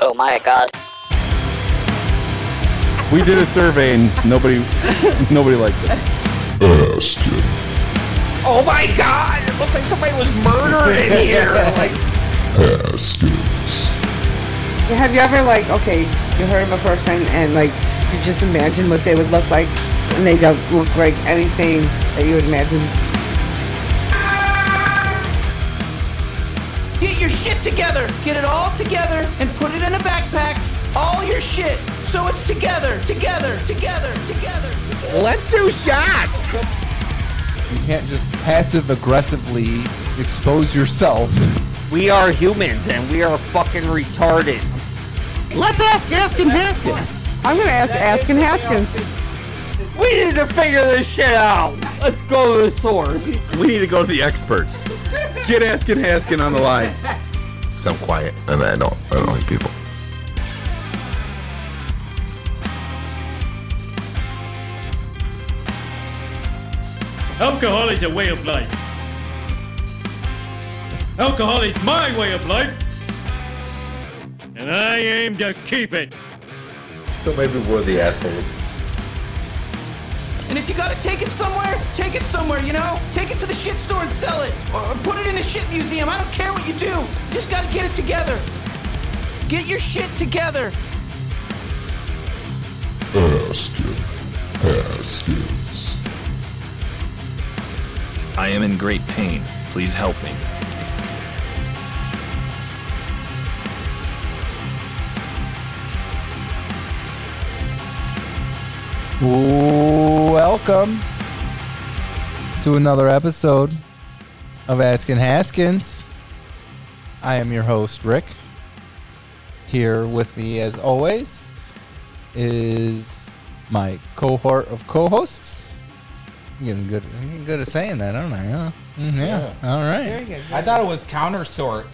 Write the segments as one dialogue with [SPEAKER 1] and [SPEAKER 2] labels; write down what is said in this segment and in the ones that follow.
[SPEAKER 1] Oh my god.
[SPEAKER 2] We did a survey and nobody nobody liked it.
[SPEAKER 3] Oh my god! It looks like somebody was murdered in here. Like,
[SPEAKER 4] Have you ever like okay, you heard of a person and like you just imagine what they would look like, and they don't look like anything that you would imagine.
[SPEAKER 3] get your shit together. Get it all together and put it in a backpack. All your shit. So it's together, together, together, together, together.
[SPEAKER 5] Let's do shots.
[SPEAKER 6] You can't just passive aggressively expose yourself.
[SPEAKER 3] We are humans and we are fucking retarded.
[SPEAKER 5] Let's ask Askin Haskin.
[SPEAKER 4] I'm gonna ask Askin Haskins.
[SPEAKER 3] We need to figure this shit out. Let's go to the source.
[SPEAKER 2] We need to go to the experts. Get Askin Haskin on the line.
[SPEAKER 7] Because I'm quiet and I don't, I don't like people.
[SPEAKER 8] Alcohol is a way of life. Alcohol is my way of life. And I aim to keep it.
[SPEAKER 7] So maybe we're the assholes.
[SPEAKER 3] And if you gotta take it somewhere, take it somewhere, you know? Take it to the shit store and sell it. Or, or put it in a shit museum. I don't care what you do. You just gotta get it together. Get your shit together.
[SPEAKER 9] I am in great pain. Please help me.
[SPEAKER 6] Welcome to another episode of Askin Haskins. I am your host, Rick. Here with me, as always, is my cohort of co hosts. I'm getting good, I'm getting good at saying that, aren't I? Huh? Mm, yeah. All right.
[SPEAKER 5] I thought it was counter sort.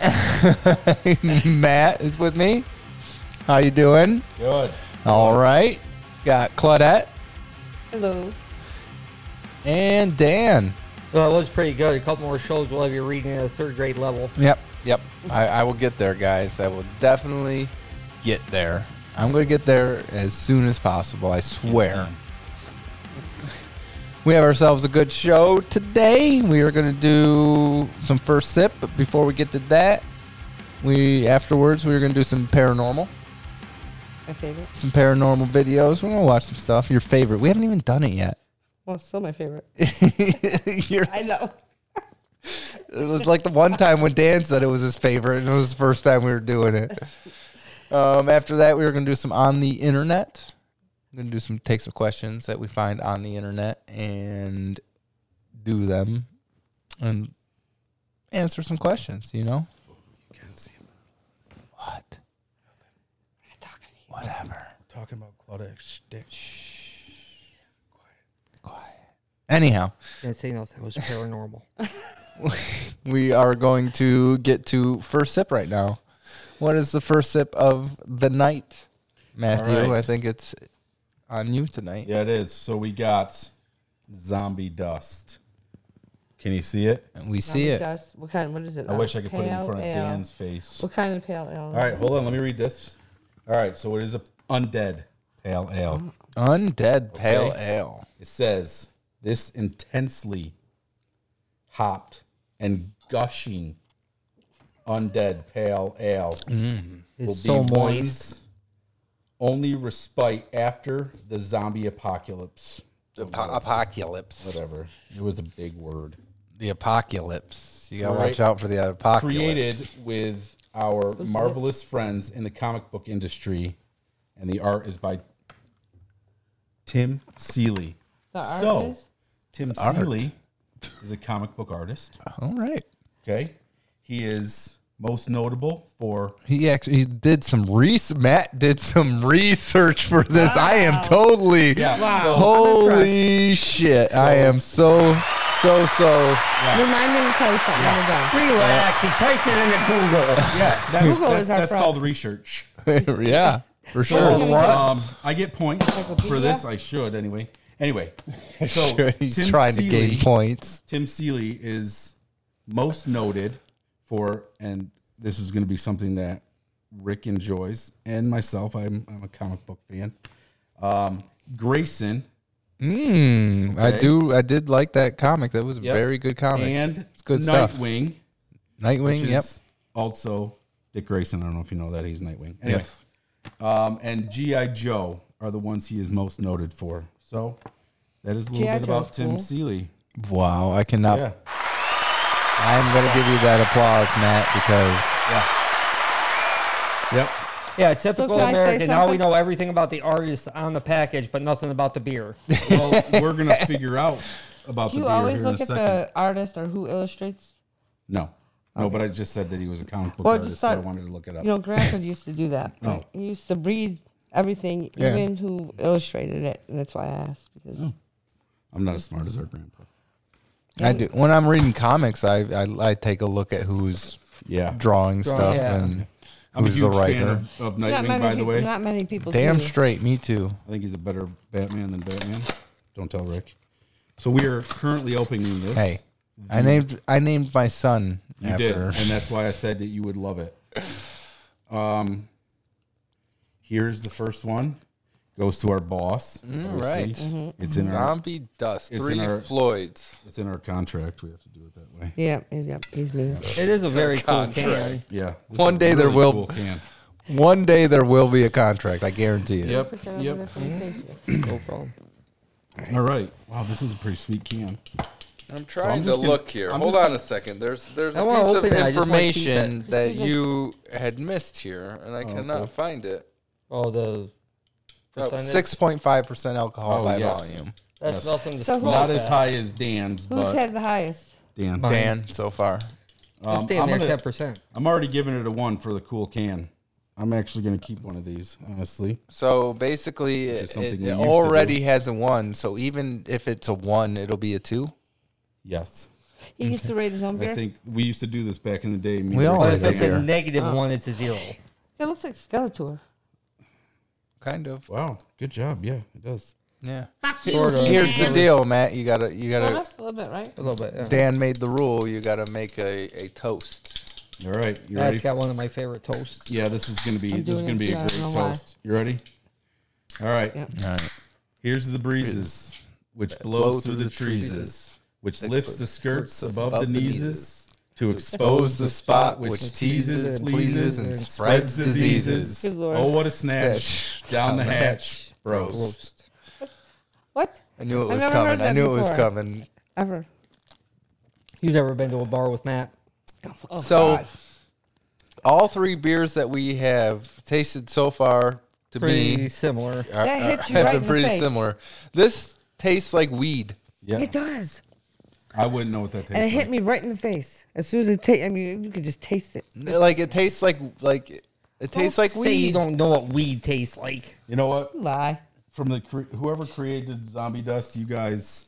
[SPEAKER 6] Matt is with me. How you doing?
[SPEAKER 5] Good.
[SPEAKER 6] All right. Got Claudette
[SPEAKER 4] Hello.
[SPEAKER 6] and Dan.
[SPEAKER 10] Well, it was pretty good. A couple more shows we'll have you reading at a third grade level.
[SPEAKER 6] Yep. Yep. I, I will get there, guys. I will definitely get there. I'm going to get there as soon as possible. I swear. We have ourselves a good show today. We are going to do some first sip, but before we get to that, we afterwards we are going to do some paranormal,
[SPEAKER 4] My favorite.
[SPEAKER 6] some paranormal videos. We're going to watch some stuff. Your favorite? We haven't even done it yet.
[SPEAKER 4] Well, it's still my favorite.
[SPEAKER 6] Your
[SPEAKER 4] I know.
[SPEAKER 6] It was like the one time when Dan said it was his favorite, and it was the first time we were doing it. Um, after that, we were going to do some on the internet. I'm going to do some take some questions that we find on the internet and do them and answer some questions. You know what? Whatever.
[SPEAKER 11] Talking about Claudette Stick.
[SPEAKER 6] Anyhow,
[SPEAKER 10] Didn't say nothing. It was paranormal.
[SPEAKER 6] we are going to get to first sip right now. What is the first sip of the night, Matthew?
[SPEAKER 11] All right.
[SPEAKER 6] I think it's on you tonight.
[SPEAKER 11] Yeah, it is. So we got zombie dust. Can you see it?
[SPEAKER 6] And we see it.
[SPEAKER 4] Dust. What kind? What is it?
[SPEAKER 11] I wish I could put it in
[SPEAKER 4] Pale
[SPEAKER 11] front of
[SPEAKER 4] ale.
[SPEAKER 11] Dan's face.
[SPEAKER 4] What kind of pale ale?
[SPEAKER 11] All right, hold on. Let me read this. All right, so it is a undead pale ale.
[SPEAKER 6] Undead Pale
[SPEAKER 11] Okay.
[SPEAKER 6] Ale.
[SPEAKER 11] It says this intensely hopped and gushing undead pale ale will
[SPEAKER 10] Mm-hmm. It's
[SPEAKER 11] be
[SPEAKER 10] so moist.
[SPEAKER 11] one's only respite after the zombie apocalypse.
[SPEAKER 6] The po- apocalypse.
[SPEAKER 11] Whatever. It was a big word.
[SPEAKER 6] The apocalypse. You gotta watch
[SPEAKER 11] Right.
[SPEAKER 6] out for the apocalypse.
[SPEAKER 11] created with our marvelous friends in the comic book industry, and the art is by Tim Seeley.
[SPEAKER 4] The art
[SPEAKER 11] so,
[SPEAKER 4] is?
[SPEAKER 11] Tim Seeley is a comic book artist.
[SPEAKER 6] All right.
[SPEAKER 11] Okay, he is most notable for
[SPEAKER 6] He actually he did some research. Matt did some research for this. I am totally.
[SPEAKER 11] so-
[SPEAKER 6] Holy shit. I am so, so, so.
[SPEAKER 4] Remind me to tell you something. Hold on.
[SPEAKER 10] Relax. He typed it into Google.
[SPEAKER 11] yeah. That's,
[SPEAKER 4] Google
[SPEAKER 11] that's,
[SPEAKER 4] is our
[SPEAKER 11] that's
[SPEAKER 4] friend.
[SPEAKER 11] called research.
[SPEAKER 6] yeah, for sure.
[SPEAKER 11] So, um, I get points for this. I should anyway. Anyway, so
[SPEAKER 6] He's
[SPEAKER 11] Tim
[SPEAKER 6] trying to
[SPEAKER 11] Seeley-
[SPEAKER 6] gain points.
[SPEAKER 11] Tim Seeley is most noted for, and this is going to be something that Rick enjoys, and myself. I'm, I'm a comic book fan. Um, Grayson.
[SPEAKER 6] Mm, I do. I did like that comic. That was a
[SPEAKER 11] Hmm, Yep.
[SPEAKER 6] very good comic.
[SPEAKER 11] And
[SPEAKER 6] it's good stuff.
[SPEAKER 11] Nightwing.
[SPEAKER 6] Nightwing.
[SPEAKER 11] which
[SPEAKER 6] Yep.
[SPEAKER 11] is Also, Dick Grayson. I don't know if you know that he's Nightwing. Anyway,
[SPEAKER 6] Yes.
[SPEAKER 11] Um, and GI Joe are the ones he is most noted for. So that is a little
[SPEAKER 10] G.I.
[SPEAKER 11] bit about
[SPEAKER 10] Joe's
[SPEAKER 11] Tim
[SPEAKER 10] cool.
[SPEAKER 11] Seeley.
[SPEAKER 6] Wow. I cannot.
[SPEAKER 11] Yeah.
[SPEAKER 6] I'm gonna give you that applause, Matt, because
[SPEAKER 11] Yep.
[SPEAKER 10] Yeah, typical
[SPEAKER 1] can I say
[SPEAKER 10] American. Now we
[SPEAKER 1] something?
[SPEAKER 10] know everything about the artist on the package, but nothing about the beer.
[SPEAKER 11] Well, we're gonna figure out about
[SPEAKER 1] you
[SPEAKER 11] the beer
[SPEAKER 1] always
[SPEAKER 11] here in a
[SPEAKER 1] look at
[SPEAKER 11] second.
[SPEAKER 1] the artist or who illustrates?
[SPEAKER 11] No, no, but I just said that he was a comic book
[SPEAKER 1] Well,
[SPEAKER 11] artist,
[SPEAKER 1] just
[SPEAKER 11] so I
[SPEAKER 1] thought-
[SPEAKER 11] wanted to look it up.
[SPEAKER 1] You know, Granford used to do that.
[SPEAKER 11] Oh.
[SPEAKER 1] Like, He used to read everything,
[SPEAKER 6] Yeah.
[SPEAKER 1] even who illustrated it. And that's why I asked. Because
[SPEAKER 11] Oh. I'm not as smart as our grandpa.
[SPEAKER 6] I do. When I'm reading comics, I I, I take a look at who's
[SPEAKER 11] Yeah.
[SPEAKER 6] drawing
[SPEAKER 10] Draw-
[SPEAKER 6] stuff
[SPEAKER 10] yeah.
[SPEAKER 6] and
[SPEAKER 11] I'm
[SPEAKER 6] who's
[SPEAKER 11] a huge
[SPEAKER 6] the writer.
[SPEAKER 11] fan of, of
[SPEAKER 1] Not
[SPEAKER 11] Nightwing,
[SPEAKER 1] many
[SPEAKER 11] by the
[SPEAKER 1] peop-
[SPEAKER 11] way.
[SPEAKER 1] Not many people.
[SPEAKER 6] Damn
[SPEAKER 1] do.
[SPEAKER 6] straight. Me too.
[SPEAKER 11] I think he's a better Batman than Batman. Don't tell Rick. So we are currently opening this.
[SPEAKER 6] Hey, I named I named my son
[SPEAKER 11] you
[SPEAKER 6] after.
[SPEAKER 11] did, and that's why I said that you would love it. Um, here's the first one. Goes to our boss.
[SPEAKER 6] Mm,
[SPEAKER 11] obviously. Mm-hmm.
[SPEAKER 6] right. Mhm.
[SPEAKER 11] It's in our
[SPEAKER 6] Zombie Dust,
[SPEAKER 11] it's in
[SPEAKER 6] Three
[SPEAKER 11] our-
[SPEAKER 6] Floyds.
[SPEAKER 11] It's in our contract. We have to do it that way.
[SPEAKER 1] Yeah, yeah, he's me.
[SPEAKER 10] It is a very cool
[SPEAKER 6] contract.
[SPEAKER 10] can.
[SPEAKER 11] Yeah. this
[SPEAKER 6] One
[SPEAKER 11] is
[SPEAKER 6] day there
[SPEAKER 11] really
[SPEAKER 6] will-
[SPEAKER 11] cool can.
[SPEAKER 6] One day there will be a contract. I guarantee it.
[SPEAKER 11] Yep. Yep.
[SPEAKER 10] No problem.
[SPEAKER 11] All right. Wow, this is a pretty sweet can.
[SPEAKER 6] I'm
[SPEAKER 11] So
[SPEAKER 6] trying
[SPEAKER 11] I'm
[SPEAKER 6] to
[SPEAKER 11] just gonna-
[SPEAKER 6] look here.
[SPEAKER 11] I'm
[SPEAKER 6] Hold
[SPEAKER 11] just-
[SPEAKER 6] on a second. There's there's
[SPEAKER 10] I
[SPEAKER 6] a
[SPEAKER 10] wanna
[SPEAKER 6] piece of
[SPEAKER 10] open it. I just wanna keep
[SPEAKER 6] information
[SPEAKER 10] it.
[SPEAKER 6] that you had missed here, and I cannot
[SPEAKER 11] Oh, okay.
[SPEAKER 6] find it. Oh,
[SPEAKER 10] Oh, the percentage?
[SPEAKER 6] Six point five percent alcohol
[SPEAKER 11] Oh,
[SPEAKER 6] by
[SPEAKER 11] yes.
[SPEAKER 6] volume.
[SPEAKER 10] That's
[SPEAKER 11] Yes.
[SPEAKER 10] nothing to
[SPEAKER 1] So who-
[SPEAKER 10] scoff
[SPEAKER 11] Not as
[SPEAKER 10] at.
[SPEAKER 11] high as Dan's,
[SPEAKER 1] Who's
[SPEAKER 11] but
[SPEAKER 1] had the highest?
[SPEAKER 11] Dan.
[SPEAKER 6] Dan, so far.
[SPEAKER 11] Um,
[SPEAKER 10] It's damn
[SPEAKER 11] I'm
[SPEAKER 10] near
[SPEAKER 11] gonna-
[SPEAKER 10] ten percent.
[SPEAKER 11] I'm already giving it a one for the cool can. I'm actually going to keep one of these, honestly.
[SPEAKER 6] So basically,
[SPEAKER 11] Which is
[SPEAKER 6] it,
[SPEAKER 11] something
[SPEAKER 6] it-
[SPEAKER 11] we
[SPEAKER 6] it
[SPEAKER 11] used to do.
[SPEAKER 6] already has a one. So even if it's a one, it'll be a two.
[SPEAKER 11] Yes.
[SPEAKER 1] He gets to rate his own beer.
[SPEAKER 11] I think we used to do this back in the day. me
[SPEAKER 6] We
[SPEAKER 11] and Rick
[SPEAKER 6] all
[SPEAKER 10] But
[SPEAKER 6] did
[SPEAKER 10] if
[SPEAKER 11] did
[SPEAKER 6] that
[SPEAKER 10] it's
[SPEAKER 6] here.
[SPEAKER 10] a negative one, it's a zero.
[SPEAKER 1] It looks like Skeletor.
[SPEAKER 6] Kind of.
[SPEAKER 11] Wow, good job. Yeah, it does.
[SPEAKER 6] Yeah.
[SPEAKER 10] Sort of.
[SPEAKER 6] Here's the deal, Matt. You gotta. You
[SPEAKER 1] Huh?
[SPEAKER 6] gotta.
[SPEAKER 1] A little bit, right?
[SPEAKER 10] A little bit. Yeah.
[SPEAKER 6] Dan made the rule. You gotta make a, a toast.
[SPEAKER 11] All right, you ready?
[SPEAKER 10] That's got one of my favorite toasts.
[SPEAKER 11] yeah, this is going to be
[SPEAKER 1] I'm
[SPEAKER 11] this is
[SPEAKER 1] doing
[SPEAKER 11] going to
[SPEAKER 1] it,
[SPEAKER 11] be a
[SPEAKER 1] yeah, I
[SPEAKER 11] great
[SPEAKER 1] don't know why.
[SPEAKER 11] toast. You ready? All right.
[SPEAKER 1] Yep.
[SPEAKER 6] All right.
[SPEAKER 11] Here's the breezes, which blows through, the trees, which lifts the skirts above the knees, to expose the spot which teases, pleases, and spreads diseases.
[SPEAKER 1] Good lord.
[SPEAKER 11] Oh, what a snatch! Down the hatch, bros.
[SPEAKER 10] Roast.
[SPEAKER 1] What?
[SPEAKER 6] I knew it
[SPEAKER 1] I've
[SPEAKER 6] was
[SPEAKER 1] never heard
[SPEAKER 6] coming. I
[SPEAKER 1] that
[SPEAKER 6] knew it was
[SPEAKER 1] before.
[SPEAKER 6] coming.
[SPEAKER 1] Ever.
[SPEAKER 10] You've never been to a bar with Matt?
[SPEAKER 1] Oh,
[SPEAKER 6] so, all three beers that we have tasted so far to
[SPEAKER 10] Pretty
[SPEAKER 6] be
[SPEAKER 10] similar.
[SPEAKER 6] are-
[SPEAKER 1] That
[SPEAKER 6] are-
[SPEAKER 1] hits you
[SPEAKER 6] have
[SPEAKER 1] right
[SPEAKER 6] been
[SPEAKER 1] in the
[SPEAKER 6] uh, pretty
[SPEAKER 1] face.
[SPEAKER 6] similar. This tastes like weed.
[SPEAKER 11] Yeah,
[SPEAKER 1] It does.
[SPEAKER 11] I wouldn't know what that
[SPEAKER 1] And it
[SPEAKER 11] tastes
[SPEAKER 1] hit
[SPEAKER 11] like.
[SPEAKER 1] me right in the face. As soon as it tastes, I mean, you could just taste it.
[SPEAKER 6] Like it tastes like like it tastes like
[SPEAKER 10] Say you
[SPEAKER 6] weed.
[SPEAKER 10] don't know what weed tastes like.
[SPEAKER 11] You know what?
[SPEAKER 1] Lie.
[SPEAKER 11] From the cre- whoever created Zombie Dust, you guys,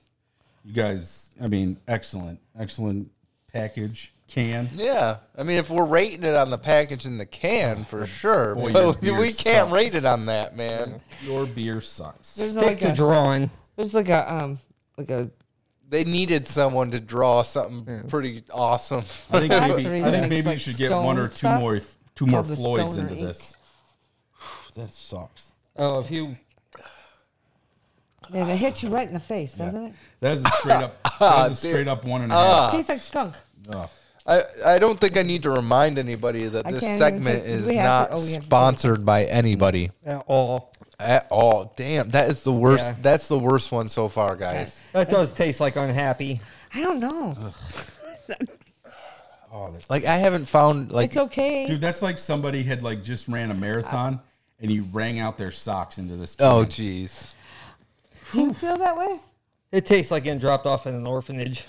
[SPEAKER 11] you guys. I mean, excellent, excellent package can.
[SPEAKER 6] Yeah, I mean, if we're rating it on the package in the can, for sure.
[SPEAKER 11] Boy, your
[SPEAKER 6] but
[SPEAKER 11] beer
[SPEAKER 6] we can't
[SPEAKER 11] sucks.
[SPEAKER 6] rate it on that, man.
[SPEAKER 11] Your beer sucks.
[SPEAKER 1] There's
[SPEAKER 10] Stick
[SPEAKER 1] like
[SPEAKER 10] to
[SPEAKER 1] a,
[SPEAKER 10] drawing.
[SPEAKER 1] there's like a um like a
[SPEAKER 6] They needed someone to draw something pretty awesome.
[SPEAKER 11] I think maybe
[SPEAKER 1] Three
[SPEAKER 11] I think
[SPEAKER 1] things
[SPEAKER 11] maybe you
[SPEAKER 1] like
[SPEAKER 11] should get one or two
[SPEAKER 1] stone
[SPEAKER 11] more
[SPEAKER 1] stuff
[SPEAKER 11] two more
[SPEAKER 1] called the
[SPEAKER 11] Floyds
[SPEAKER 1] stoner
[SPEAKER 11] into
[SPEAKER 1] ink.
[SPEAKER 11] this. that sucks.
[SPEAKER 10] Oh, if you
[SPEAKER 1] yeah, they hit you right in the face, doesn't it?
[SPEAKER 11] That is a straight up. That is a straight up one and a half.
[SPEAKER 1] Tastes like skunk.
[SPEAKER 6] I, I don't think I need to remind anybody that
[SPEAKER 1] I
[SPEAKER 6] this
[SPEAKER 1] can't even
[SPEAKER 6] segment
[SPEAKER 1] take-
[SPEAKER 6] is
[SPEAKER 1] we have
[SPEAKER 6] not
[SPEAKER 1] to- oh, we have to-
[SPEAKER 6] sponsored by anybody
[SPEAKER 10] at all,
[SPEAKER 6] at all. Damn, that is the worst.
[SPEAKER 10] Yeah.
[SPEAKER 6] That's the worst one so far, guys.
[SPEAKER 10] that does taste like unhappy.
[SPEAKER 1] I don't know.
[SPEAKER 6] Like I haven't found like
[SPEAKER 1] It's okay.
[SPEAKER 11] Dude, that's like somebody had like just ran a marathon and you rang out their socks into this.
[SPEAKER 6] oh
[SPEAKER 11] can.
[SPEAKER 6] jeez.
[SPEAKER 1] Do you feel that way?
[SPEAKER 10] It tastes like getting dropped off in an orphanage.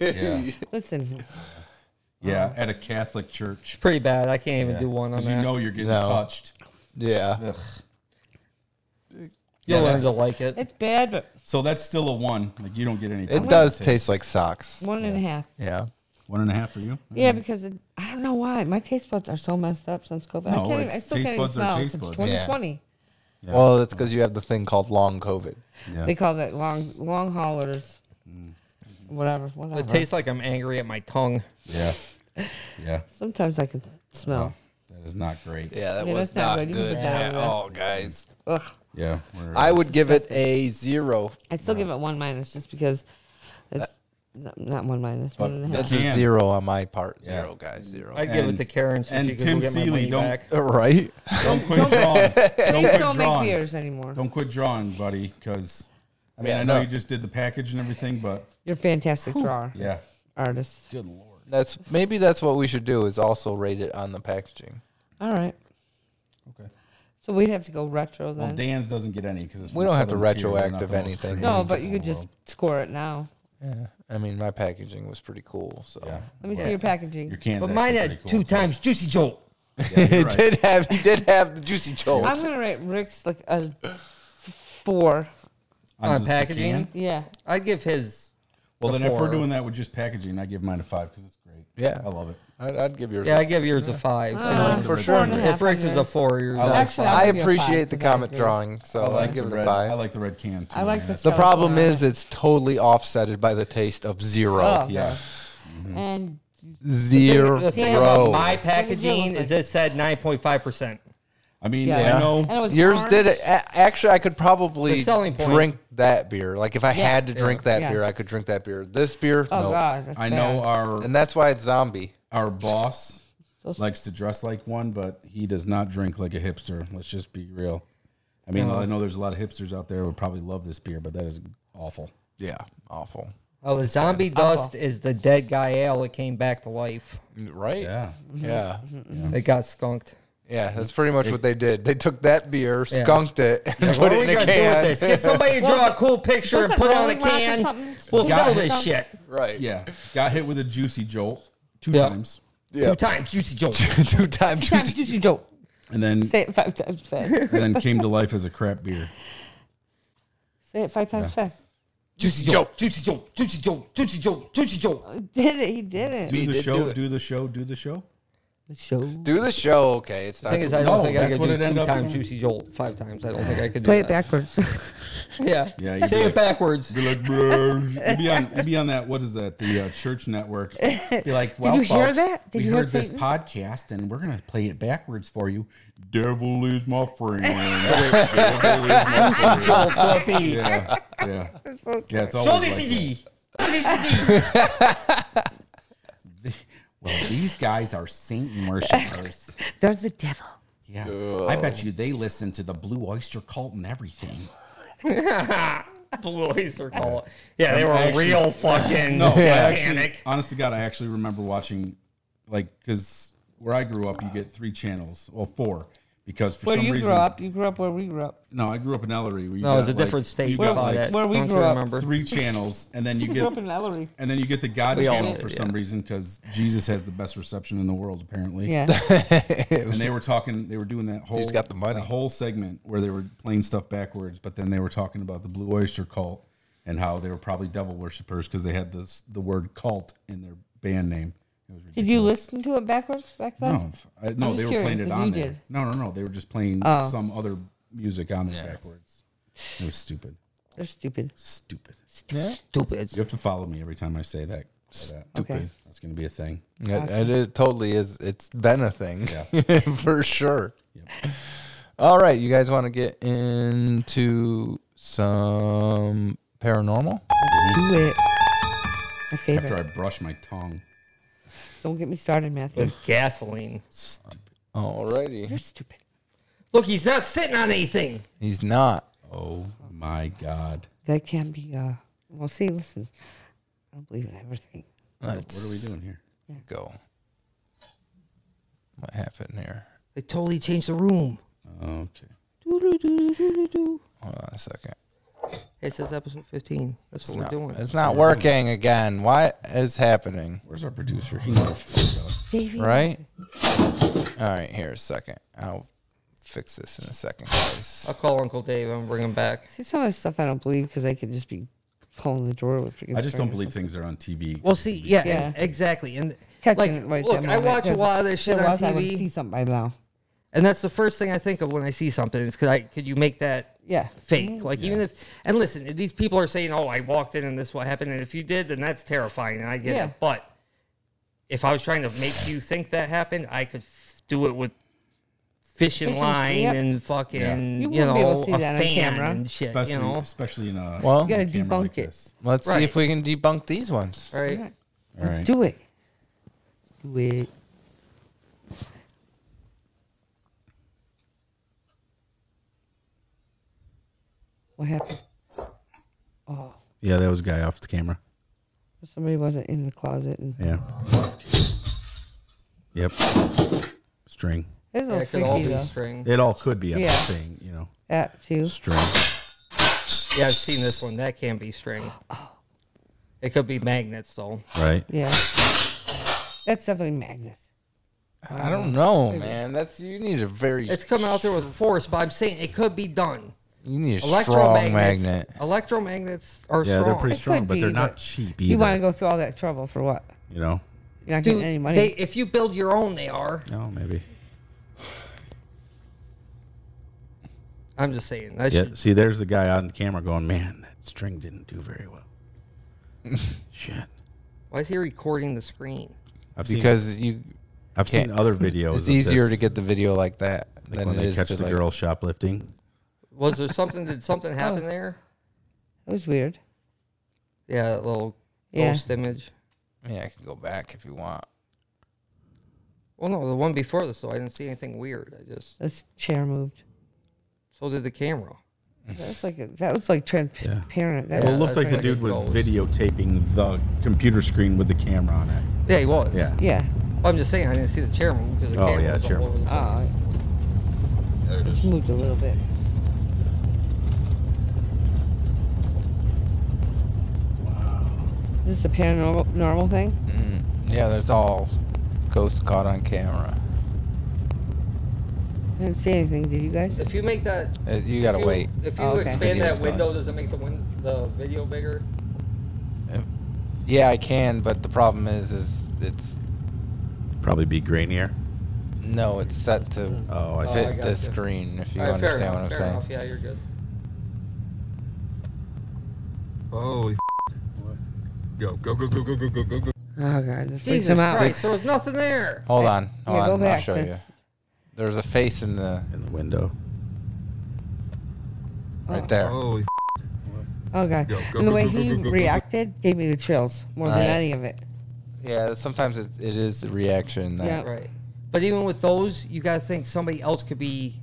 [SPEAKER 11] yeah,
[SPEAKER 1] Listen,
[SPEAKER 11] yeah, at a Catholic church.
[SPEAKER 10] Pretty bad. I can't even do one on
[SPEAKER 1] Oh,
[SPEAKER 11] Because
[SPEAKER 10] that.
[SPEAKER 11] you
[SPEAKER 10] You
[SPEAKER 11] know you're getting
[SPEAKER 6] No.
[SPEAKER 11] touched.
[SPEAKER 6] Yeah.
[SPEAKER 10] will
[SPEAKER 11] Yeah,
[SPEAKER 10] learn
[SPEAKER 11] that's-
[SPEAKER 10] to like it.
[SPEAKER 1] it's bad, but
[SPEAKER 11] So that's still a one. Like you don't get any.
[SPEAKER 6] It does taste like socks.
[SPEAKER 1] one and a half.
[SPEAKER 6] Yeah.
[SPEAKER 11] one and a half for you.
[SPEAKER 1] Yeah, because it, I don't know why my taste buds are so messed up since COVID. I
[SPEAKER 11] No,
[SPEAKER 1] can't even,
[SPEAKER 11] it's
[SPEAKER 1] I still
[SPEAKER 11] taste
[SPEAKER 1] can't even
[SPEAKER 11] buds are
[SPEAKER 1] smell.
[SPEAKER 11] taste
[SPEAKER 1] Since
[SPEAKER 11] buds.
[SPEAKER 6] Yeah.
[SPEAKER 1] 2020,
[SPEAKER 6] Well, that's because you have the thing called long COVID.
[SPEAKER 11] Yeah. Mm.
[SPEAKER 1] they call that long long haulers. Whatever, whatever.
[SPEAKER 10] It tastes like I'm angry at my tongue.
[SPEAKER 11] Yeah, yeah.
[SPEAKER 1] Sometimes I can smell.
[SPEAKER 11] That is not great.
[SPEAKER 6] Yeah, that
[SPEAKER 1] Oh. Yeah,
[SPEAKER 6] was
[SPEAKER 1] that's not good.
[SPEAKER 6] not,
[SPEAKER 1] You can
[SPEAKER 6] good
[SPEAKER 1] put that
[SPEAKER 6] at
[SPEAKER 1] over.
[SPEAKER 6] all, guys.
[SPEAKER 1] Ugh.
[SPEAKER 11] Yeah. we're-
[SPEAKER 6] I would give it a zero.
[SPEAKER 1] I'd still give it one minus just because it's not, not one minus. One and a half.
[SPEAKER 6] That's a
[SPEAKER 11] Damn.
[SPEAKER 6] zero on my part. Zero,
[SPEAKER 11] Yeah.
[SPEAKER 6] guys. Zero.
[SPEAKER 10] I give it
[SPEAKER 11] And-
[SPEAKER 10] to Karen so
[SPEAKER 11] and
[SPEAKER 10] she can
[SPEAKER 11] Tim
[SPEAKER 10] go get my
[SPEAKER 11] Seeley,
[SPEAKER 10] money
[SPEAKER 11] don't-
[SPEAKER 10] back.
[SPEAKER 6] Uh, right?
[SPEAKER 11] Don't quit drawing.
[SPEAKER 1] Please
[SPEAKER 11] quit
[SPEAKER 1] don't make
[SPEAKER 11] drawing.
[SPEAKER 1] beers anymore.
[SPEAKER 11] Don't quit drawing, buddy, because I mean
[SPEAKER 6] Yeah,
[SPEAKER 11] I know
[SPEAKER 6] no.
[SPEAKER 11] you just did the package and everything, but
[SPEAKER 1] You're a fantastic drawer,
[SPEAKER 11] yeah.
[SPEAKER 1] artist.
[SPEAKER 6] That's maybe that's what we should do is also rate it on the packaging.
[SPEAKER 1] All right.
[SPEAKER 11] Okay.
[SPEAKER 1] So we'd have to go retro
[SPEAKER 11] Well,
[SPEAKER 1] then.
[SPEAKER 11] Dan's doesn't get any because
[SPEAKER 6] We don't have to retroactive anything.
[SPEAKER 1] no, but you could just score it now.
[SPEAKER 6] Yeah. I mean, my packaging was pretty cool. So
[SPEAKER 11] Yeah.
[SPEAKER 1] Let me see your packaging.
[SPEAKER 11] Your cans.
[SPEAKER 10] But mine had two times Juicy Jolt.
[SPEAKER 6] it did have it did have the juicy jolt.
[SPEAKER 1] I'm gonna rate Rick's like a four.
[SPEAKER 10] on packaging.
[SPEAKER 1] Yeah.
[SPEAKER 10] I'd give his.
[SPEAKER 11] Well,
[SPEAKER 10] a
[SPEAKER 11] then if
[SPEAKER 10] four.
[SPEAKER 11] we're doing that with just packaging, I give mine a five because it's great.
[SPEAKER 6] Yeah.
[SPEAKER 11] I love it.
[SPEAKER 6] I'd, I'd give yours.
[SPEAKER 10] Yeah,
[SPEAKER 6] Yeah,
[SPEAKER 10] I give yours a five.
[SPEAKER 1] Uh,
[SPEAKER 6] for
[SPEAKER 1] four
[SPEAKER 6] sure.
[SPEAKER 1] and a half
[SPEAKER 10] if Rick's
[SPEAKER 1] on
[SPEAKER 10] is a
[SPEAKER 1] yours.
[SPEAKER 10] four, you're
[SPEAKER 11] I like
[SPEAKER 1] Actually,
[SPEAKER 6] I
[SPEAKER 1] I'll give you a
[SPEAKER 6] appreciate
[SPEAKER 1] five
[SPEAKER 6] the
[SPEAKER 1] 'cause I
[SPEAKER 6] comic
[SPEAKER 1] agree.
[SPEAKER 6] drawing, so Oh, I
[SPEAKER 11] the
[SPEAKER 6] give it
[SPEAKER 11] red,
[SPEAKER 6] a five.
[SPEAKER 11] I like the red can too.
[SPEAKER 1] I like
[SPEAKER 11] man.
[SPEAKER 1] the
[SPEAKER 6] the
[SPEAKER 1] stout
[SPEAKER 6] problem
[SPEAKER 1] one.
[SPEAKER 6] is it's totally offsetted by the taste of
[SPEAKER 1] Oh,
[SPEAKER 6] zero,
[SPEAKER 11] Yeah. mm-hmm.
[SPEAKER 1] And
[SPEAKER 6] zero.
[SPEAKER 10] The thing about my
[SPEAKER 1] What
[SPEAKER 10] packaging
[SPEAKER 1] does
[SPEAKER 10] is
[SPEAKER 1] it
[SPEAKER 10] it said 9.5%.
[SPEAKER 11] I mean,
[SPEAKER 1] Yeah.
[SPEAKER 11] I
[SPEAKER 1] and it
[SPEAKER 11] know.
[SPEAKER 1] was
[SPEAKER 6] Yours
[SPEAKER 1] orange.
[SPEAKER 6] did it. a- Actually, I could probably
[SPEAKER 10] The selling point.
[SPEAKER 6] drink that beer. Like if I
[SPEAKER 1] Yeah.
[SPEAKER 6] had to drink that
[SPEAKER 1] Yeah.
[SPEAKER 6] beer, I could drink that beer. This beer,
[SPEAKER 1] Oh
[SPEAKER 6] no.
[SPEAKER 1] god, that's
[SPEAKER 11] I
[SPEAKER 1] bad.
[SPEAKER 11] know our
[SPEAKER 6] And that's why it's zombie.
[SPEAKER 11] our boss
[SPEAKER 1] Those-
[SPEAKER 11] likes to dress like one, but he does not drink like a hipster. Let's just be real. I mean, I know there's a lot of hipsters out there who would probably love this beer, but that is awful.
[SPEAKER 6] Yeah, awful.
[SPEAKER 10] Oh, the zombie dust is the dead guy ale that came back to life.
[SPEAKER 6] Right?
[SPEAKER 11] Yeah.
[SPEAKER 6] Yeah.
[SPEAKER 10] It got skunked.
[SPEAKER 6] Yeah, that's pretty much what they did. They took that beer, skunked it, and
[SPEAKER 10] What
[SPEAKER 6] put
[SPEAKER 10] are
[SPEAKER 6] it
[SPEAKER 10] we
[SPEAKER 6] in a
[SPEAKER 10] gonna do with this? Get
[SPEAKER 6] can.
[SPEAKER 10] somebody to draw a cool picture and
[SPEAKER 1] Wasn't
[SPEAKER 10] put it on a
[SPEAKER 1] Rolling Rock or
[SPEAKER 10] can.
[SPEAKER 1] something?
[SPEAKER 10] We'll
[SPEAKER 1] Yeah.
[SPEAKER 10] sell this shit.
[SPEAKER 6] right.
[SPEAKER 11] Yeah. Got hit with a juicy jolt two
[SPEAKER 10] Yeah.
[SPEAKER 11] times.
[SPEAKER 10] Two times Juicy Jolt.
[SPEAKER 6] Two times.
[SPEAKER 1] Times juicy jolt.
[SPEAKER 11] And then
[SPEAKER 1] Say it five times fast.
[SPEAKER 11] and then came to life as a crap beer.
[SPEAKER 1] Say it five times fast.
[SPEAKER 10] Juicy Jolt. Juicy Jolt. Juicy Jolt. Juicy Jolt. Juicy Jolt.
[SPEAKER 1] Did it? He did it.
[SPEAKER 11] Do the
[SPEAKER 6] did do
[SPEAKER 11] show,
[SPEAKER 6] it.
[SPEAKER 11] do the show, do the show.
[SPEAKER 1] The show.
[SPEAKER 6] Do the show, okay? It's
[SPEAKER 10] The
[SPEAKER 6] not.
[SPEAKER 10] thing is, I don't
[SPEAKER 11] No,
[SPEAKER 10] think I
[SPEAKER 11] that's
[SPEAKER 10] could
[SPEAKER 11] what
[SPEAKER 10] do
[SPEAKER 11] it ended
[SPEAKER 10] two
[SPEAKER 11] up
[SPEAKER 10] times
[SPEAKER 11] being.
[SPEAKER 10] Juicy Jolt five times. I don't think I could do
[SPEAKER 1] Play it
[SPEAKER 10] that.
[SPEAKER 1] backwards.
[SPEAKER 10] Yeah.
[SPEAKER 11] Yeah, you
[SPEAKER 10] Say
[SPEAKER 11] do.
[SPEAKER 10] it backwards.
[SPEAKER 11] Be like, "Bruh." You'd be on, you'd be on that. What is that? The uh, church network. Be like, well,
[SPEAKER 1] you hear
[SPEAKER 11] folks,
[SPEAKER 1] that? Did
[SPEAKER 11] we
[SPEAKER 1] you hear
[SPEAKER 11] heard this
[SPEAKER 1] Satan?
[SPEAKER 11] podcast, and we're gonna play it backwards for you. Devil is my friend. Devil is my friend.
[SPEAKER 10] Floppy.
[SPEAKER 11] Yeah, yeah, yeah. It's always
[SPEAKER 10] Jolt
[SPEAKER 11] like that.
[SPEAKER 10] is
[SPEAKER 11] Well, these guys are Satan worshippers.
[SPEAKER 1] There's the devil.
[SPEAKER 11] Yeah, I bet you they listen to the Blue Oyster Cult and everything.
[SPEAKER 10] Blue Oyster Cult. Yeah, they
[SPEAKER 11] I'm
[SPEAKER 10] were
[SPEAKER 11] actually-
[SPEAKER 10] real fucking
[SPEAKER 11] No, I actually,
[SPEAKER 10] satanic.
[SPEAKER 11] honest to God, I actually remember watching, like, because where I grew up, you get three channels, well, four, because for
[SPEAKER 1] Where
[SPEAKER 11] some
[SPEAKER 1] you
[SPEAKER 11] reason,
[SPEAKER 1] grew up, you grew up where we grew up.
[SPEAKER 11] no, I grew up in Ellery. where you
[SPEAKER 10] No,
[SPEAKER 11] got,
[SPEAKER 10] it's a
[SPEAKER 11] like-
[SPEAKER 10] different state.
[SPEAKER 11] You
[SPEAKER 10] We
[SPEAKER 11] got
[SPEAKER 10] call
[SPEAKER 11] like
[SPEAKER 10] that.
[SPEAKER 1] where we
[SPEAKER 10] Don't you
[SPEAKER 1] grew up.
[SPEAKER 10] remember?
[SPEAKER 11] three channels, and then you
[SPEAKER 1] Grew up
[SPEAKER 11] get
[SPEAKER 1] in Ellery.
[SPEAKER 11] and then you get the God
[SPEAKER 10] We all
[SPEAKER 11] channel
[SPEAKER 10] did,
[SPEAKER 11] for
[SPEAKER 10] yeah.
[SPEAKER 11] some reason because Jesus has the best reception in the world, apparently.
[SPEAKER 1] Yeah.
[SPEAKER 11] And they were talking, they were doing that whole
[SPEAKER 6] He's got the money.
[SPEAKER 11] that whole segment where they were playing stuff backwards, but then they were talking about the Blue Oyster Cult and how they were probably devil worshippers because they had this the word cult in their band name. It was
[SPEAKER 1] Did you
[SPEAKER 11] ridiculous.
[SPEAKER 1] listen to it backwards back then?
[SPEAKER 11] No, f- I, no,
[SPEAKER 1] just
[SPEAKER 11] they were
[SPEAKER 1] curious
[SPEAKER 11] playing
[SPEAKER 1] if
[SPEAKER 11] it
[SPEAKER 1] you
[SPEAKER 11] on there.
[SPEAKER 1] did.
[SPEAKER 11] No, no, no, they were just playing
[SPEAKER 1] Oh.
[SPEAKER 11] some other music on there backwards. It was stupid,
[SPEAKER 1] They're stupid.
[SPEAKER 11] stupid.
[SPEAKER 10] Stupid.
[SPEAKER 11] You have to follow me every time I say that. Stupid.
[SPEAKER 1] Okay.
[SPEAKER 11] That's gonna be a thing.
[SPEAKER 6] It, it is, totally is. It's been a thing for sure. All right, you guys want to get into some paranormal?
[SPEAKER 1] Do it. My favorite.
[SPEAKER 11] Mm-hmm. After I brush my tongue.
[SPEAKER 1] Don't get me started, Matthew.
[SPEAKER 10] With gasoline.
[SPEAKER 6] All righty,
[SPEAKER 1] You're stupid.
[SPEAKER 10] Look, he's not sitting on anything.
[SPEAKER 6] he's not.
[SPEAKER 11] Oh my God.
[SPEAKER 1] That can be. uh Well, see, listen. I don't believe in everything.
[SPEAKER 10] Oh,
[SPEAKER 6] Let's
[SPEAKER 11] What are we doing here?
[SPEAKER 6] go. What happened here?
[SPEAKER 10] They totally changed the room.
[SPEAKER 11] Okay.
[SPEAKER 6] Hold on a second.
[SPEAKER 10] It says episode 15. That's what
[SPEAKER 6] No,
[SPEAKER 10] we're doing.
[SPEAKER 6] it's not working again. What is happening?
[SPEAKER 11] Where's our producer? He might have fucked up.
[SPEAKER 1] Davey.
[SPEAKER 6] Right? All right, here a second. I'll fix this in a second, guys.
[SPEAKER 10] I'll call Uncle Dave and bring him back.
[SPEAKER 1] See, some of the stuff I don't believe because I could just be pulling the drawer with freaking.
[SPEAKER 11] I just don't
[SPEAKER 1] fingers.
[SPEAKER 11] believe things are on TV.
[SPEAKER 10] Well, see, yeah,
[SPEAKER 1] Yeah.
[SPEAKER 10] exactly. And
[SPEAKER 1] Catching
[SPEAKER 10] like,
[SPEAKER 1] it right
[SPEAKER 10] look,
[SPEAKER 1] that
[SPEAKER 10] I
[SPEAKER 1] moment,
[SPEAKER 10] watch a
[SPEAKER 1] 'cause
[SPEAKER 10] lot of this
[SPEAKER 1] if
[SPEAKER 10] shit
[SPEAKER 1] there
[SPEAKER 10] on
[SPEAKER 1] was, I would see
[SPEAKER 10] TV,
[SPEAKER 1] something by now.
[SPEAKER 10] and that's the first thing I think of when I see something. Is could I could you make that
[SPEAKER 1] Yeah.
[SPEAKER 10] fake? Like even if and listen, if these people are saying, "Oh, I walked in and this what happened," and if you did, then that's terrifying, and I get
[SPEAKER 1] Yeah.
[SPEAKER 10] it. But if I was trying to make you think that happened, I could f- do it with fishing,
[SPEAKER 1] Fishing-
[SPEAKER 10] line
[SPEAKER 1] yep.
[SPEAKER 10] and
[SPEAKER 1] Yeah.
[SPEAKER 10] fucking
[SPEAKER 1] You
[SPEAKER 10] you,
[SPEAKER 1] wouldn't
[SPEAKER 10] know
[SPEAKER 1] be able to see
[SPEAKER 10] a
[SPEAKER 1] that on
[SPEAKER 10] fan
[SPEAKER 1] camera.
[SPEAKER 10] and shit.
[SPEAKER 11] especially,
[SPEAKER 10] you know,
[SPEAKER 11] especially in a
[SPEAKER 6] Well,
[SPEAKER 1] gotta
[SPEAKER 11] camera like
[SPEAKER 1] debunk it.
[SPEAKER 11] this.
[SPEAKER 6] Let's
[SPEAKER 10] Right. Uh,
[SPEAKER 6] see if we can debunk these ones.
[SPEAKER 10] right?
[SPEAKER 11] All
[SPEAKER 1] Let's
[SPEAKER 11] right.
[SPEAKER 1] do it. Do it. What happened? Oh,
[SPEAKER 11] Yeah, that was a guy off the camera.
[SPEAKER 1] somebody wasn't in the closet. And
[SPEAKER 11] Yeah. Yep. String.
[SPEAKER 1] it's
[SPEAKER 10] Yeah,
[SPEAKER 1] a little
[SPEAKER 10] it could all
[SPEAKER 1] freaky
[SPEAKER 10] be
[SPEAKER 1] though.
[SPEAKER 10] string.
[SPEAKER 11] It all could be. I'm just
[SPEAKER 1] Yeah.
[SPEAKER 11] saying, you know,
[SPEAKER 1] That too.
[SPEAKER 11] string.
[SPEAKER 10] Yeah, I've seen this one. That can be string.
[SPEAKER 1] Oh.
[SPEAKER 10] It could be magnets though.
[SPEAKER 11] Right.
[SPEAKER 1] Yeah. That's definitely magnets.
[SPEAKER 6] I don't know, man. That's you need a very
[SPEAKER 10] It's coming out there with force, but I'm saying it could be done.
[SPEAKER 6] you need a strong
[SPEAKER 10] Electromagnets.
[SPEAKER 6] magnet.
[SPEAKER 10] Electromagnets are
[SPEAKER 11] Yeah,
[SPEAKER 10] strong.
[SPEAKER 11] they're pretty
[SPEAKER 1] It
[SPEAKER 11] strong,
[SPEAKER 1] could
[SPEAKER 11] but they're
[SPEAKER 1] be,
[SPEAKER 11] not
[SPEAKER 1] but
[SPEAKER 11] cheap either.
[SPEAKER 1] You want to go through all that trouble for what?
[SPEAKER 11] you know?
[SPEAKER 1] You're not
[SPEAKER 10] Dude,
[SPEAKER 1] getting any money.
[SPEAKER 10] They, if you build your own, they are.
[SPEAKER 11] No, maybe.
[SPEAKER 10] I'm just saying. That
[SPEAKER 11] Yeah.
[SPEAKER 10] should,
[SPEAKER 11] See, there's the guy on the camera going, man, that string didn't do very well. Shit.
[SPEAKER 10] why is he recording the screen?
[SPEAKER 11] I've seen,
[SPEAKER 6] Because you
[SPEAKER 11] I've seen
[SPEAKER 6] can't-
[SPEAKER 11] other videos.
[SPEAKER 6] It's
[SPEAKER 11] of
[SPEAKER 6] easier
[SPEAKER 11] this,
[SPEAKER 6] to get the video like that
[SPEAKER 11] like
[SPEAKER 6] than
[SPEAKER 11] when
[SPEAKER 6] it
[SPEAKER 11] they
[SPEAKER 6] is
[SPEAKER 11] catch
[SPEAKER 6] to
[SPEAKER 11] the
[SPEAKER 6] like
[SPEAKER 11] girl shoplifting.
[SPEAKER 10] Was there something? did something happen there?
[SPEAKER 1] That was weird.
[SPEAKER 10] Yeah, that little
[SPEAKER 1] Yeah.
[SPEAKER 10] ghost image.
[SPEAKER 6] Yeah, I can go back if you want.
[SPEAKER 10] Well, no, the one before this though, I didn't see anything weird. I just
[SPEAKER 1] This chair moved.
[SPEAKER 10] so did the camera.
[SPEAKER 1] That was like a, that was like transparent. That
[SPEAKER 11] Well, it
[SPEAKER 1] was
[SPEAKER 11] looked like the
[SPEAKER 1] strange.
[SPEAKER 11] dude was
[SPEAKER 10] goes.
[SPEAKER 11] videotaping the computer screen with the camera on it.
[SPEAKER 10] Yeah, he was.
[SPEAKER 11] Yeah.
[SPEAKER 1] Yeah.
[SPEAKER 10] Well, I'm just saying I didn't see the chair move because the
[SPEAKER 11] Oh,
[SPEAKER 10] camera
[SPEAKER 11] yeah,
[SPEAKER 10] was
[SPEAKER 11] chair
[SPEAKER 10] all over the place.
[SPEAKER 1] Oh, it's moved a little bit. Is this a paranormal normal thing?
[SPEAKER 6] Mm. Yeah, there's all ghosts caught on camera.
[SPEAKER 1] I didn't see anything, did you guys?
[SPEAKER 10] If you make that,
[SPEAKER 6] Uh, You gotta
[SPEAKER 10] if you-
[SPEAKER 6] wait.
[SPEAKER 10] If you
[SPEAKER 1] Oh, okay.
[SPEAKER 10] expand
[SPEAKER 6] Video's
[SPEAKER 10] that
[SPEAKER 6] gone.
[SPEAKER 10] window, does it make the win- the video bigger?
[SPEAKER 6] Uh, Yeah, I can, but the problem is, is it's
[SPEAKER 11] Probably be grainier.
[SPEAKER 6] no, it's set to
[SPEAKER 11] Oh, I
[SPEAKER 10] Oh,
[SPEAKER 11] see.
[SPEAKER 10] I
[SPEAKER 6] fit the
[SPEAKER 10] gotcha.
[SPEAKER 6] screen. If you
[SPEAKER 10] All right, fair enough,
[SPEAKER 6] understand what I'm
[SPEAKER 10] fair
[SPEAKER 6] saying.
[SPEAKER 10] Enough. Yeah, you're good.
[SPEAKER 7] Holy Go, go, go, go, go, go, go, go, go.
[SPEAKER 1] Oh god, this freaks
[SPEAKER 10] Jesus
[SPEAKER 1] him out.
[SPEAKER 10] Christ, there was nothing there.
[SPEAKER 6] Hold on, hold
[SPEAKER 1] yeah,
[SPEAKER 6] on.
[SPEAKER 1] go
[SPEAKER 6] Oh, I'll
[SPEAKER 1] back,
[SPEAKER 6] show you.
[SPEAKER 1] 'cause-
[SPEAKER 6] There's a face in the
[SPEAKER 11] In the window.
[SPEAKER 6] right there.
[SPEAKER 7] Holy
[SPEAKER 1] Oh god.
[SPEAKER 7] Go, go,
[SPEAKER 1] and the
[SPEAKER 7] go,
[SPEAKER 1] way
[SPEAKER 7] go, go,
[SPEAKER 1] he
[SPEAKER 7] go, go, go, go.
[SPEAKER 1] reacted gave me the chills more than
[SPEAKER 6] Alright.
[SPEAKER 1] any of it.
[SPEAKER 6] Yeah, sometimes it, it is the reaction that
[SPEAKER 1] Yeah.
[SPEAKER 10] Right. But even with those, you gotta think somebody else could be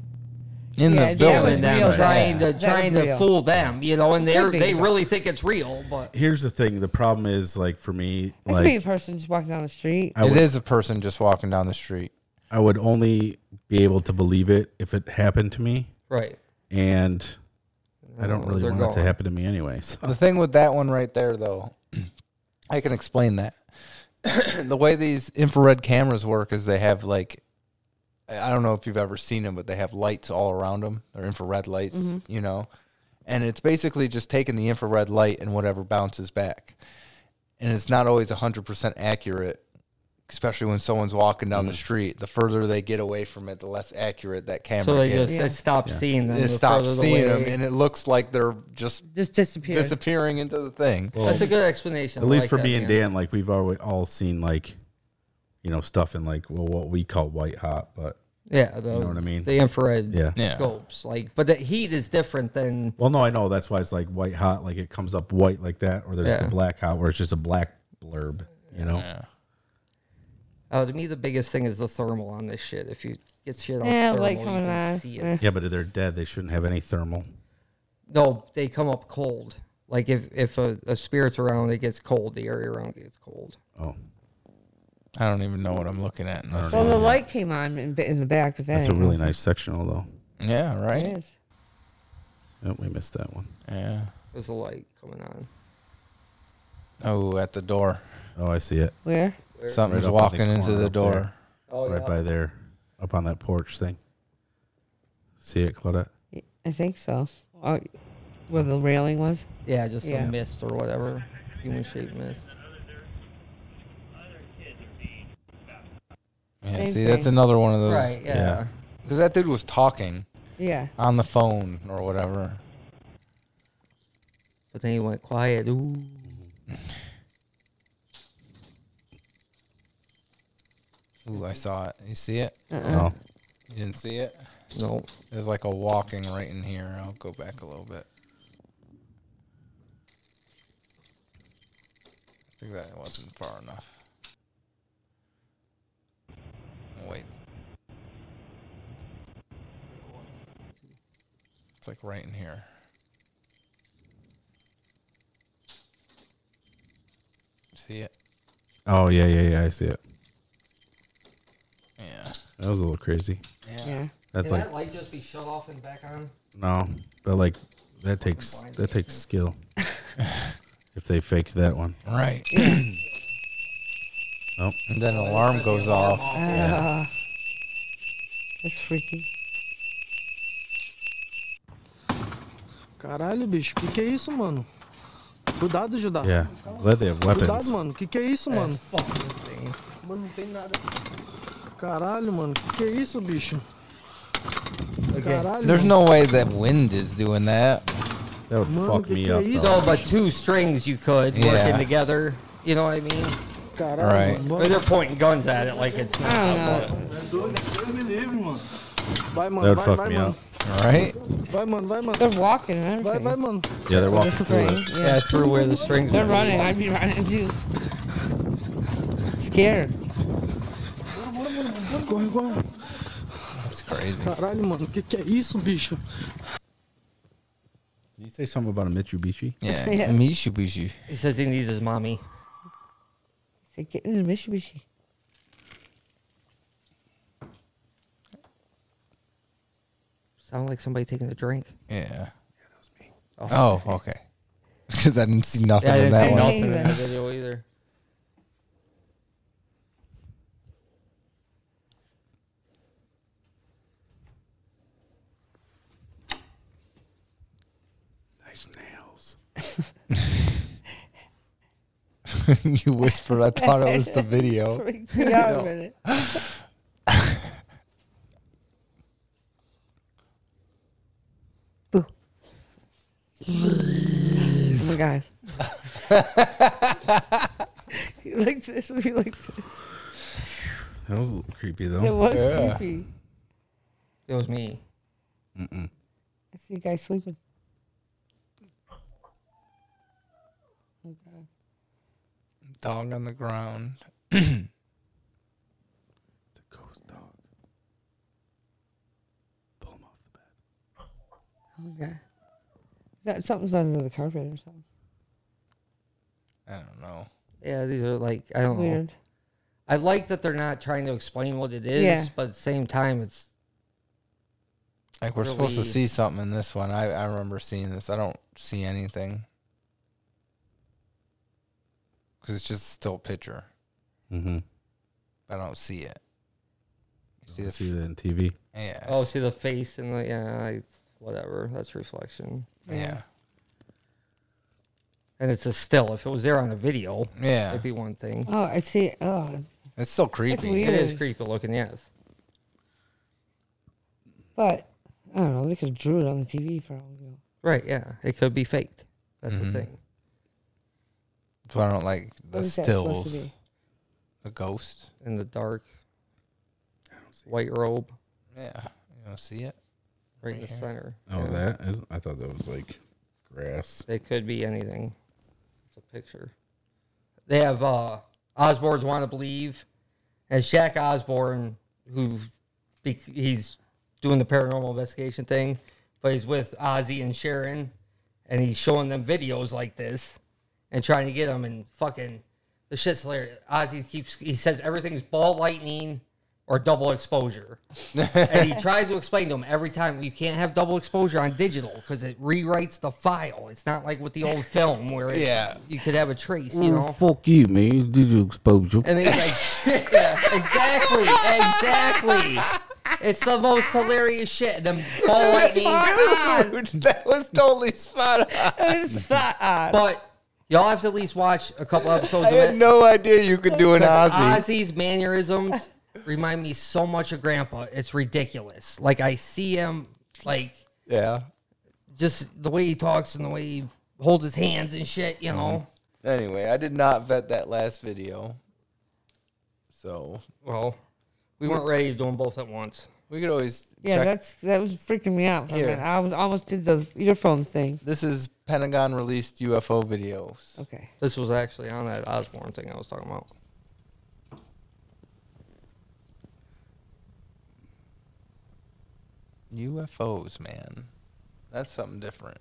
[SPEAKER 6] in
[SPEAKER 1] Yeah,
[SPEAKER 6] this
[SPEAKER 1] that was
[SPEAKER 6] building.
[SPEAKER 10] them,
[SPEAKER 1] real,
[SPEAKER 10] trying
[SPEAKER 1] though.
[SPEAKER 10] to
[SPEAKER 1] That was
[SPEAKER 10] trying to
[SPEAKER 1] real.
[SPEAKER 10] fool them, you know, and they
[SPEAKER 1] be,
[SPEAKER 10] they
[SPEAKER 1] though.
[SPEAKER 10] really think it's real. But
[SPEAKER 11] Here's the thing. The problem is, like, for me,
[SPEAKER 1] That could be
[SPEAKER 11] like,
[SPEAKER 1] a person just walking down the street.
[SPEAKER 11] I
[SPEAKER 6] It
[SPEAKER 11] would,
[SPEAKER 6] is a person just walking down the street.
[SPEAKER 11] I would only be able to believe it if it happened to me.
[SPEAKER 10] right,
[SPEAKER 11] And I don't
[SPEAKER 6] Oh,
[SPEAKER 10] No,
[SPEAKER 11] really
[SPEAKER 10] they're
[SPEAKER 11] want it to
[SPEAKER 10] gone.
[SPEAKER 11] happen to me anyway. So.
[SPEAKER 6] The thing with that one right there, though, I can explain that. the way these infrared cameras work is they have like, I I don't know if you've ever seen them, but they have lights all around them. They're infrared lights, you know, and it's basically just taking the infrared light and whatever bounces back, and it's not always hundred percent accurate. Especially when someone's walking down the street, the further they get away from it, the less accurate that camera
[SPEAKER 10] Mm. so they
[SPEAKER 6] gets.
[SPEAKER 10] just it stops seeing them.
[SPEAKER 6] it
[SPEAKER 10] the
[SPEAKER 6] stops
[SPEAKER 10] further the
[SPEAKER 6] seeing
[SPEAKER 10] way-
[SPEAKER 6] them, and it looks like they're just
[SPEAKER 1] Just disappeared.
[SPEAKER 6] disappearing into the thing.
[SPEAKER 10] That's a good explanation.
[SPEAKER 11] At
[SPEAKER 10] I
[SPEAKER 11] least
[SPEAKER 10] like
[SPEAKER 11] for
[SPEAKER 10] that,
[SPEAKER 11] me and
[SPEAKER 10] man.
[SPEAKER 11] Dan, like, we've always all seen, like, you know, stuff in, like, well, what we call white hot, but
[SPEAKER 10] Yeah, the, you
[SPEAKER 11] know what I mean?
[SPEAKER 10] The infrared
[SPEAKER 11] Yeah.
[SPEAKER 6] Yeah.
[SPEAKER 10] scopes, like, but the heat is different than
[SPEAKER 11] Well, no, I know that's why it's like white hot, like it comes up white like that, or there's
[SPEAKER 10] Yeah.
[SPEAKER 11] the black hot where it's just a black blurb, you know.
[SPEAKER 10] uh, to me. The biggest thing is the thermal on this shit. If you get shit on
[SPEAKER 1] Yeah,
[SPEAKER 10] thermal,
[SPEAKER 1] like
[SPEAKER 10] you
[SPEAKER 1] coming
[SPEAKER 10] can
[SPEAKER 1] on.
[SPEAKER 10] see
[SPEAKER 1] Eh.
[SPEAKER 10] it.
[SPEAKER 11] Yeah, but if they're dead, they shouldn't have any thermal.
[SPEAKER 10] No, they come up cold. Like if if a, a spirit's around, it gets cold. The area around gets cold.
[SPEAKER 11] Oh,
[SPEAKER 6] I don't even know what I'm looking at. In this.
[SPEAKER 1] well, the light came on in, in the back, but that
[SPEAKER 11] that's a
[SPEAKER 1] ain't
[SPEAKER 11] really
[SPEAKER 1] nothing.
[SPEAKER 11] nice sectional though.
[SPEAKER 6] Yeah,
[SPEAKER 1] It
[SPEAKER 6] right.
[SPEAKER 1] is.
[SPEAKER 11] Oh, we missed that one.
[SPEAKER 6] Yeah.
[SPEAKER 10] There's a light coming on.
[SPEAKER 6] Oh, at the door,
[SPEAKER 11] Oh, I see it
[SPEAKER 1] Where?
[SPEAKER 11] Right up in
[SPEAKER 6] something's
[SPEAKER 11] the
[SPEAKER 6] walking
[SPEAKER 11] corner
[SPEAKER 6] into the
[SPEAKER 11] up there.
[SPEAKER 6] door.
[SPEAKER 10] Oh
[SPEAKER 11] right
[SPEAKER 10] yeah.
[SPEAKER 11] by there, up on that porch thing. See it, Claudette?
[SPEAKER 1] I think so. Oh, where the railing was?
[SPEAKER 10] Yeah, just
[SPEAKER 1] Yeah.
[SPEAKER 10] a mist or whatever. Human shaped mist.
[SPEAKER 6] Yeah.
[SPEAKER 1] Same
[SPEAKER 6] see, that's
[SPEAKER 1] thing.
[SPEAKER 6] another one of those.
[SPEAKER 10] Right, yeah.
[SPEAKER 11] yeah.
[SPEAKER 6] Because that dude was talking
[SPEAKER 1] Yeah.
[SPEAKER 6] on the phone or whatever.
[SPEAKER 10] But then he went quiet. Ooh.
[SPEAKER 6] Ooh, I saw it. You see it?
[SPEAKER 10] Uh-uh.
[SPEAKER 11] No,
[SPEAKER 6] You didn't see it?
[SPEAKER 10] No.
[SPEAKER 6] There's like a walking right in here. I'll go back a little bit. I think that wasn't far enough. Wait. It's like right in here. See it?
[SPEAKER 11] Oh yeah, yeah, yeah. I see it.
[SPEAKER 6] Yeah.
[SPEAKER 11] That was a little crazy.
[SPEAKER 10] Yeah.
[SPEAKER 11] That's
[SPEAKER 10] Can
[SPEAKER 11] like
[SPEAKER 10] that light just be shut off and back on?
[SPEAKER 11] no, but like that takes that takes skill. if they faked that one,
[SPEAKER 6] Right.
[SPEAKER 11] Oh,
[SPEAKER 6] and then an alarm goes off.
[SPEAKER 1] Ah, that's freaky.
[SPEAKER 2] Caralho, bicho, que que é isso, mano? Cuidado, Judá.
[SPEAKER 11] Yeah, glad they have
[SPEAKER 2] Cuidado,
[SPEAKER 11] weapons.
[SPEAKER 2] mano, que que é isso,
[SPEAKER 10] É,
[SPEAKER 2] mano?
[SPEAKER 10] fucking
[SPEAKER 2] Mano, não tem nada. Caralho, mano, que que é isso, bicho? Caralho.
[SPEAKER 6] There's
[SPEAKER 2] mano.
[SPEAKER 6] no way that wind is doing that.
[SPEAKER 11] That would
[SPEAKER 2] Mano, fuck que me que é up, isso?
[SPEAKER 10] No, but two strings you could
[SPEAKER 6] Yeah.
[SPEAKER 10] working together. You know what I mean?
[SPEAKER 2] Caralho, mano.
[SPEAKER 10] Or they're pointing guns at it like it's not.
[SPEAKER 2] É doido, Deus me livre, mano. Vai, mano,
[SPEAKER 11] That would
[SPEAKER 2] vai,
[SPEAKER 11] fuck
[SPEAKER 2] vai,
[SPEAKER 11] me
[SPEAKER 2] mano.
[SPEAKER 6] up. Right?
[SPEAKER 2] Vai, mano, vai, mano.
[SPEAKER 1] They're walking and
[SPEAKER 2] Vai,
[SPEAKER 1] everything.
[SPEAKER 2] vai, mano.
[SPEAKER 11] Yeah, they're walking
[SPEAKER 1] Just
[SPEAKER 11] through
[SPEAKER 1] saying,
[SPEAKER 11] it.
[SPEAKER 1] yeah.
[SPEAKER 10] Yeah, through where the strings
[SPEAKER 1] They're
[SPEAKER 10] would be.
[SPEAKER 1] running. I'd be running too. Scared.
[SPEAKER 2] Corre, corre.
[SPEAKER 6] That's crazy.
[SPEAKER 2] Caralho, mano, que que é isso, bicho?
[SPEAKER 11] Did you say something about a Mitsubishi?
[SPEAKER 6] Yeah.
[SPEAKER 1] Yeah.
[SPEAKER 6] Mitsubishi.
[SPEAKER 10] He says he needs his mommy.
[SPEAKER 1] Say, get in the Mitsubishi.
[SPEAKER 10] Sound like somebody taking a drink.
[SPEAKER 6] Yeah. Oh, okay. Because I didn't see nothing
[SPEAKER 10] Yeah, I
[SPEAKER 6] in
[SPEAKER 10] didn't
[SPEAKER 6] that
[SPEAKER 10] see
[SPEAKER 6] one.
[SPEAKER 10] nothing in that video either.
[SPEAKER 11] Nice nails.
[SPEAKER 6] you whispered. I thought it was the video.
[SPEAKER 1] Freaked me out a minute. Boo. oh my god. you like this? Would you like this?
[SPEAKER 11] That was a little creepy
[SPEAKER 1] It
[SPEAKER 11] though.
[SPEAKER 1] was
[SPEAKER 6] Yeah.
[SPEAKER 1] creepy.
[SPEAKER 10] It was me.
[SPEAKER 1] I see a guy sleeping. Oh god.
[SPEAKER 6] Dog on the ground.
[SPEAKER 11] It's a ghost dog. Pull him off the bed.
[SPEAKER 1] Oh my god. That, something's under the carpet or something.
[SPEAKER 6] I don't know.
[SPEAKER 10] Yeah, these are like I don't know.
[SPEAKER 1] Weird.
[SPEAKER 10] I like that they're not trying to explain what it is,
[SPEAKER 1] Yeah.
[SPEAKER 10] but at the same time, it's
[SPEAKER 6] Like we're supposed to
[SPEAKER 10] Really-
[SPEAKER 6] see something in this one. I, I remember seeing this. I don't see anything. Cause it's just still picture.
[SPEAKER 11] Mm-hmm.
[SPEAKER 6] I don't see it. You see
[SPEAKER 11] See,
[SPEAKER 6] the
[SPEAKER 11] see that in TV.
[SPEAKER 6] Yeah.
[SPEAKER 10] oh, see the face and the yeah, it's whatever. That's reflection,
[SPEAKER 6] yeah.
[SPEAKER 10] and it's a still. If it was there on a video,
[SPEAKER 6] Yeah.
[SPEAKER 10] it'd be one thing.
[SPEAKER 1] Oh, I see. Oh,
[SPEAKER 6] It's still creepy.
[SPEAKER 1] weird.
[SPEAKER 10] It is
[SPEAKER 1] Yeah.
[SPEAKER 10] creepy looking, yes.
[SPEAKER 1] but I don't know. They could have drew it on the TV for all we know.
[SPEAKER 10] Right, yeah. It could be faked. That's
[SPEAKER 6] Mhm.
[SPEAKER 11] Mm-hmm.
[SPEAKER 10] the thing.
[SPEAKER 6] That's why I don't like the
[SPEAKER 1] What is that supposed to
[SPEAKER 6] stills.
[SPEAKER 1] be?
[SPEAKER 6] The ghost.
[SPEAKER 10] In the dark, white robe
[SPEAKER 6] Yeah. You don't see it.
[SPEAKER 10] right in the center.
[SPEAKER 11] Oh,
[SPEAKER 10] yeah.
[SPEAKER 11] that is. I thought that was like grass.
[SPEAKER 10] It could be anything. It's a picture. They have uh Osborne's Want to Believe, and Shaq Osborne, who bec- he's doing the paranormal investigation thing, but he's with Ozzy and Sharon, and he's showing them videos like this and trying to get them. And fucking the shit's hilarious. Ozzy keeps he says everything's ball lightning or double exposure, and he tries to explain to him every time you can't have double exposure on digital because it rewrites the file. It's not like with the old film where it-
[SPEAKER 6] Yeah.
[SPEAKER 10] you could have a trace. You know.
[SPEAKER 11] fuck you, man. Did you expose you?
[SPEAKER 10] And he's like, yeah, exactly, exactly. It's the most hilarious shit. The ball lightning.
[SPEAKER 6] Dude, that was totally spot on.
[SPEAKER 1] It's not odd.
[SPEAKER 10] But y'all have to at least watch a couple episodes
[SPEAKER 6] I
[SPEAKER 10] of
[SPEAKER 6] had
[SPEAKER 10] it.
[SPEAKER 6] no idea you could do an Ozzy.
[SPEAKER 10] Ozzy's mannerisms remind me so much of Grandpa. It's ridiculous. Like I see him, like
[SPEAKER 6] Yeah.
[SPEAKER 10] just the way he talks and the way he holds his hands and shit. You know.
[SPEAKER 6] Anyway, I did not vet that last video. So
[SPEAKER 10] Mm-hmm. Well, we weren't ready to do them both at once.
[SPEAKER 6] We could always
[SPEAKER 1] Yeah,
[SPEAKER 6] check.
[SPEAKER 1] that's that was freaking me out for
[SPEAKER 6] Here.
[SPEAKER 1] a minute. I was, almost did the earphone thing.
[SPEAKER 6] This is Pentagon released UFO videos.
[SPEAKER 1] Okay.
[SPEAKER 10] This was actually on that Osborne thing I was talking about.
[SPEAKER 6] UFOs, man. That's something different.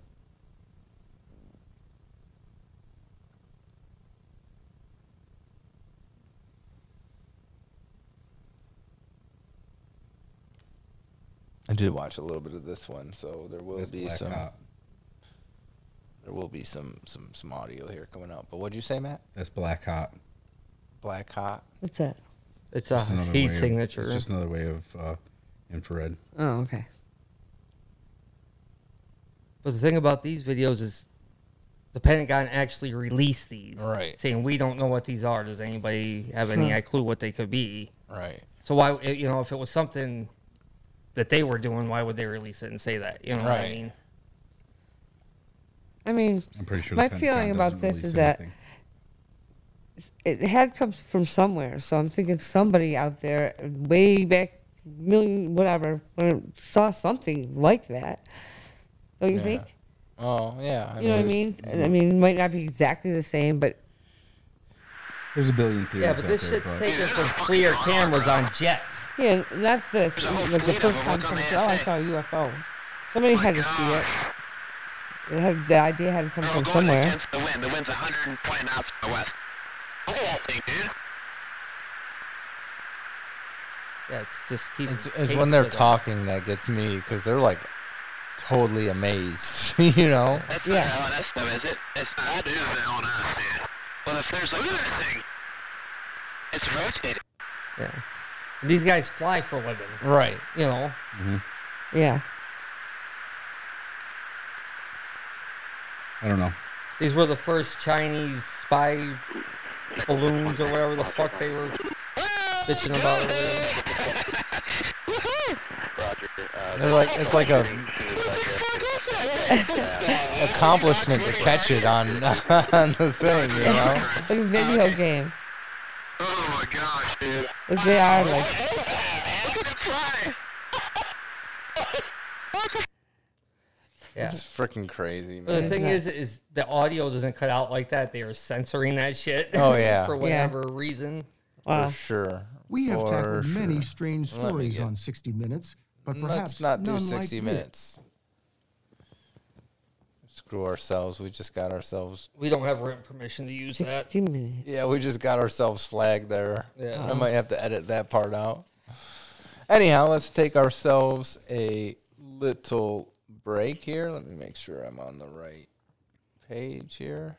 [SPEAKER 6] I did watch a little bit of this one, so there will
[SPEAKER 11] That's
[SPEAKER 6] be
[SPEAKER 11] Black
[SPEAKER 6] some.
[SPEAKER 11] Hawk.
[SPEAKER 6] There will be some some some audio here coming up. But what'd you say, Matt?
[SPEAKER 11] That's Black Hot.
[SPEAKER 6] Black hot.
[SPEAKER 1] What's that?
[SPEAKER 10] It's
[SPEAKER 11] Just
[SPEAKER 10] a
[SPEAKER 11] another
[SPEAKER 10] heat
[SPEAKER 11] way of-
[SPEAKER 10] signature.
[SPEAKER 11] it's just another way of uh, infrared.
[SPEAKER 1] Oh, okay.
[SPEAKER 10] But the thing about these videos is the Pentagon actually released these.
[SPEAKER 6] Right.
[SPEAKER 10] Saying we don't know what these are. Does anybody have any
[SPEAKER 6] Huh.
[SPEAKER 10] clue what they could be?
[SPEAKER 6] Right.
[SPEAKER 10] So why i- you know if it was something that they were doing, why would they release it and say that? You know what I
[SPEAKER 6] Right.
[SPEAKER 10] mean?
[SPEAKER 1] I mean,
[SPEAKER 10] I'm pretty sure the
[SPEAKER 1] my
[SPEAKER 10] Pentagon
[SPEAKER 1] feeling about
[SPEAKER 10] doesn't
[SPEAKER 1] this is
[SPEAKER 10] release
[SPEAKER 1] that it had come from somewhere. So I'm thinking somebody out there way back million whatever when saw something like that. Don't you
[SPEAKER 6] Yeah.
[SPEAKER 1] think?
[SPEAKER 6] Oh yeah.
[SPEAKER 1] you know what I mean? I mean, it might not be exactly the same, but
[SPEAKER 11] There's a billion theories.
[SPEAKER 10] Yeah, but this
[SPEAKER 11] out there,
[SPEAKER 10] shit's taken from clear cameras on jets.
[SPEAKER 1] yeah, not this. But the first time somebody said, "Oh, I saw a UFO," somebody had to see it. It had the idea had to come from somewhere.
[SPEAKER 12] Against the wind. The wind's 120 knots to the west. Look at that thing, dude.
[SPEAKER 10] Yeah, it's just keep.
[SPEAKER 6] It's, it's when they're talking that gets me because they're like totally amazed, you know?
[SPEAKER 12] That's yeah. not LNS though, is it? It's not. That is the LNS, dude. Well, if there's look at that thing. It's rotating.
[SPEAKER 10] Yeah. These guys fly for a living.
[SPEAKER 6] Right.
[SPEAKER 10] You know.
[SPEAKER 1] Yeah.
[SPEAKER 11] I don't know.
[SPEAKER 10] These were the first Chinese spy balloons or whatever the fuck they were bitching about. or whatever.
[SPEAKER 12] Uh,
[SPEAKER 6] They're like it's like a accomplishment to catch it on on the thing, you know?
[SPEAKER 1] like a video game. Oh my gosh, dude. Which they are like.
[SPEAKER 10] Yeah.
[SPEAKER 6] It's freaking crazy, man.
[SPEAKER 10] But the thing is, is the audio doesn't cut out like that. They are censoring that shit.
[SPEAKER 6] Oh, yeah.
[SPEAKER 10] for
[SPEAKER 6] Yeah.
[SPEAKER 10] whatever reason.
[SPEAKER 6] Wow. sure.
[SPEAKER 13] We have
[SPEAKER 6] For
[SPEAKER 13] tackled many
[SPEAKER 6] sure.
[SPEAKER 13] strange
[SPEAKER 6] Let me
[SPEAKER 13] stories
[SPEAKER 6] get-
[SPEAKER 13] on 60 Minutes, but
[SPEAKER 6] Let's
[SPEAKER 13] perhaps
[SPEAKER 6] not do
[SPEAKER 13] none
[SPEAKER 6] 60
[SPEAKER 13] like this.
[SPEAKER 6] minutes. Screw ourselves. We just got ourselves.
[SPEAKER 10] We don't have written permission to use that.
[SPEAKER 1] 60 minutes.
[SPEAKER 6] Yeah, we just got ourselves flagged there.
[SPEAKER 10] Yeah.
[SPEAKER 6] I might have to edit that part out. Anyhow, let's take ourselves a little break here. Let me make sure I'm on the right page here.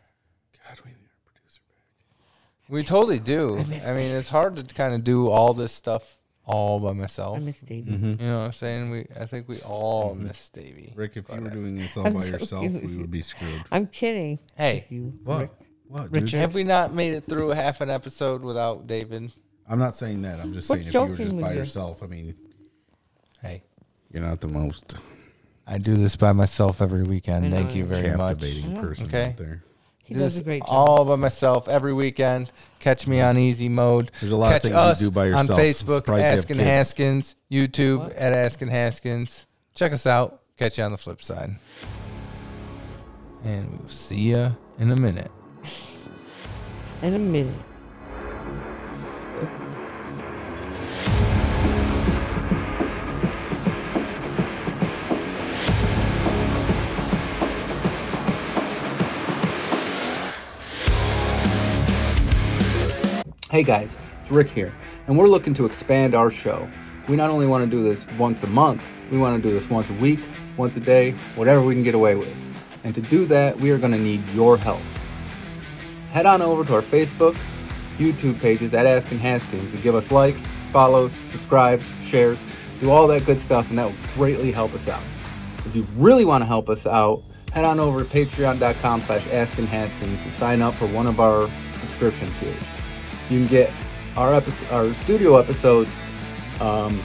[SPEAKER 6] God, we need our producer back. We totally do. I, mean, it's hard to kind of do all this stuff all by myself.
[SPEAKER 1] I miss Davey.
[SPEAKER 11] Mhm.
[SPEAKER 6] You know what I'm saying? We, I think we all miss Davey.
[SPEAKER 11] Rick, if you were doing this all
[SPEAKER 1] I'm
[SPEAKER 11] by
[SPEAKER 1] joking
[SPEAKER 11] yourself,
[SPEAKER 1] with
[SPEAKER 11] we
[SPEAKER 1] you.
[SPEAKER 11] would be screwed.
[SPEAKER 1] I'm kidding.
[SPEAKER 6] Hey,
[SPEAKER 1] with you,
[SPEAKER 11] What?
[SPEAKER 1] Rick.
[SPEAKER 11] What, dude?
[SPEAKER 1] Richard.
[SPEAKER 6] Have we not made it through half an episode without David?
[SPEAKER 11] I'm not saying that. I'm just
[SPEAKER 6] What's
[SPEAKER 11] saying if you were
[SPEAKER 6] joking
[SPEAKER 11] just
[SPEAKER 6] with
[SPEAKER 11] by
[SPEAKER 6] you?
[SPEAKER 11] yourself, I mean,
[SPEAKER 6] hey,
[SPEAKER 11] you're not the most
[SPEAKER 6] I do this by myself every
[SPEAKER 11] I
[SPEAKER 6] weekend.
[SPEAKER 11] know.
[SPEAKER 6] Thank you Mm-hmm. very much.
[SPEAKER 11] Captivating person out there.
[SPEAKER 1] He
[SPEAKER 6] Do
[SPEAKER 1] does
[SPEAKER 6] this
[SPEAKER 1] a great job.
[SPEAKER 6] All by myself every weekend. Catch me on easy mode.
[SPEAKER 11] There's a lot of
[SPEAKER 6] Catch
[SPEAKER 11] things you
[SPEAKER 6] us
[SPEAKER 11] do by
[SPEAKER 6] on
[SPEAKER 11] yourself. It's
[SPEAKER 6] Facebook,
[SPEAKER 11] probably to have
[SPEAKER 6] Askin
[SPEAKER 11] kids.
[SPEAKER 6] Haskins, YouTube at Askin Haskins. Check us out. Catch you on the flip side. And we'll see ya in a minute.
[SPEAKER 1] In a minute.
[SPEAKER 6] Hey guys, it's Rick here, and we're looking to expand our show. We not only want to do this once a month, we want to do this once a week, once a day, whatever we can get away with. And to do that, we are going to need your help. Head on over to our Facebook, YouTube pages at Askin Haskins and give us likes, follows, subscribes, shares, do all that good stuff, and that will greatly help us out. If you really want to help us out, head on over to patreon.com slash Askin Haskins and sign up for one of our subscription tiers. You can get our episode, our studio episodes um,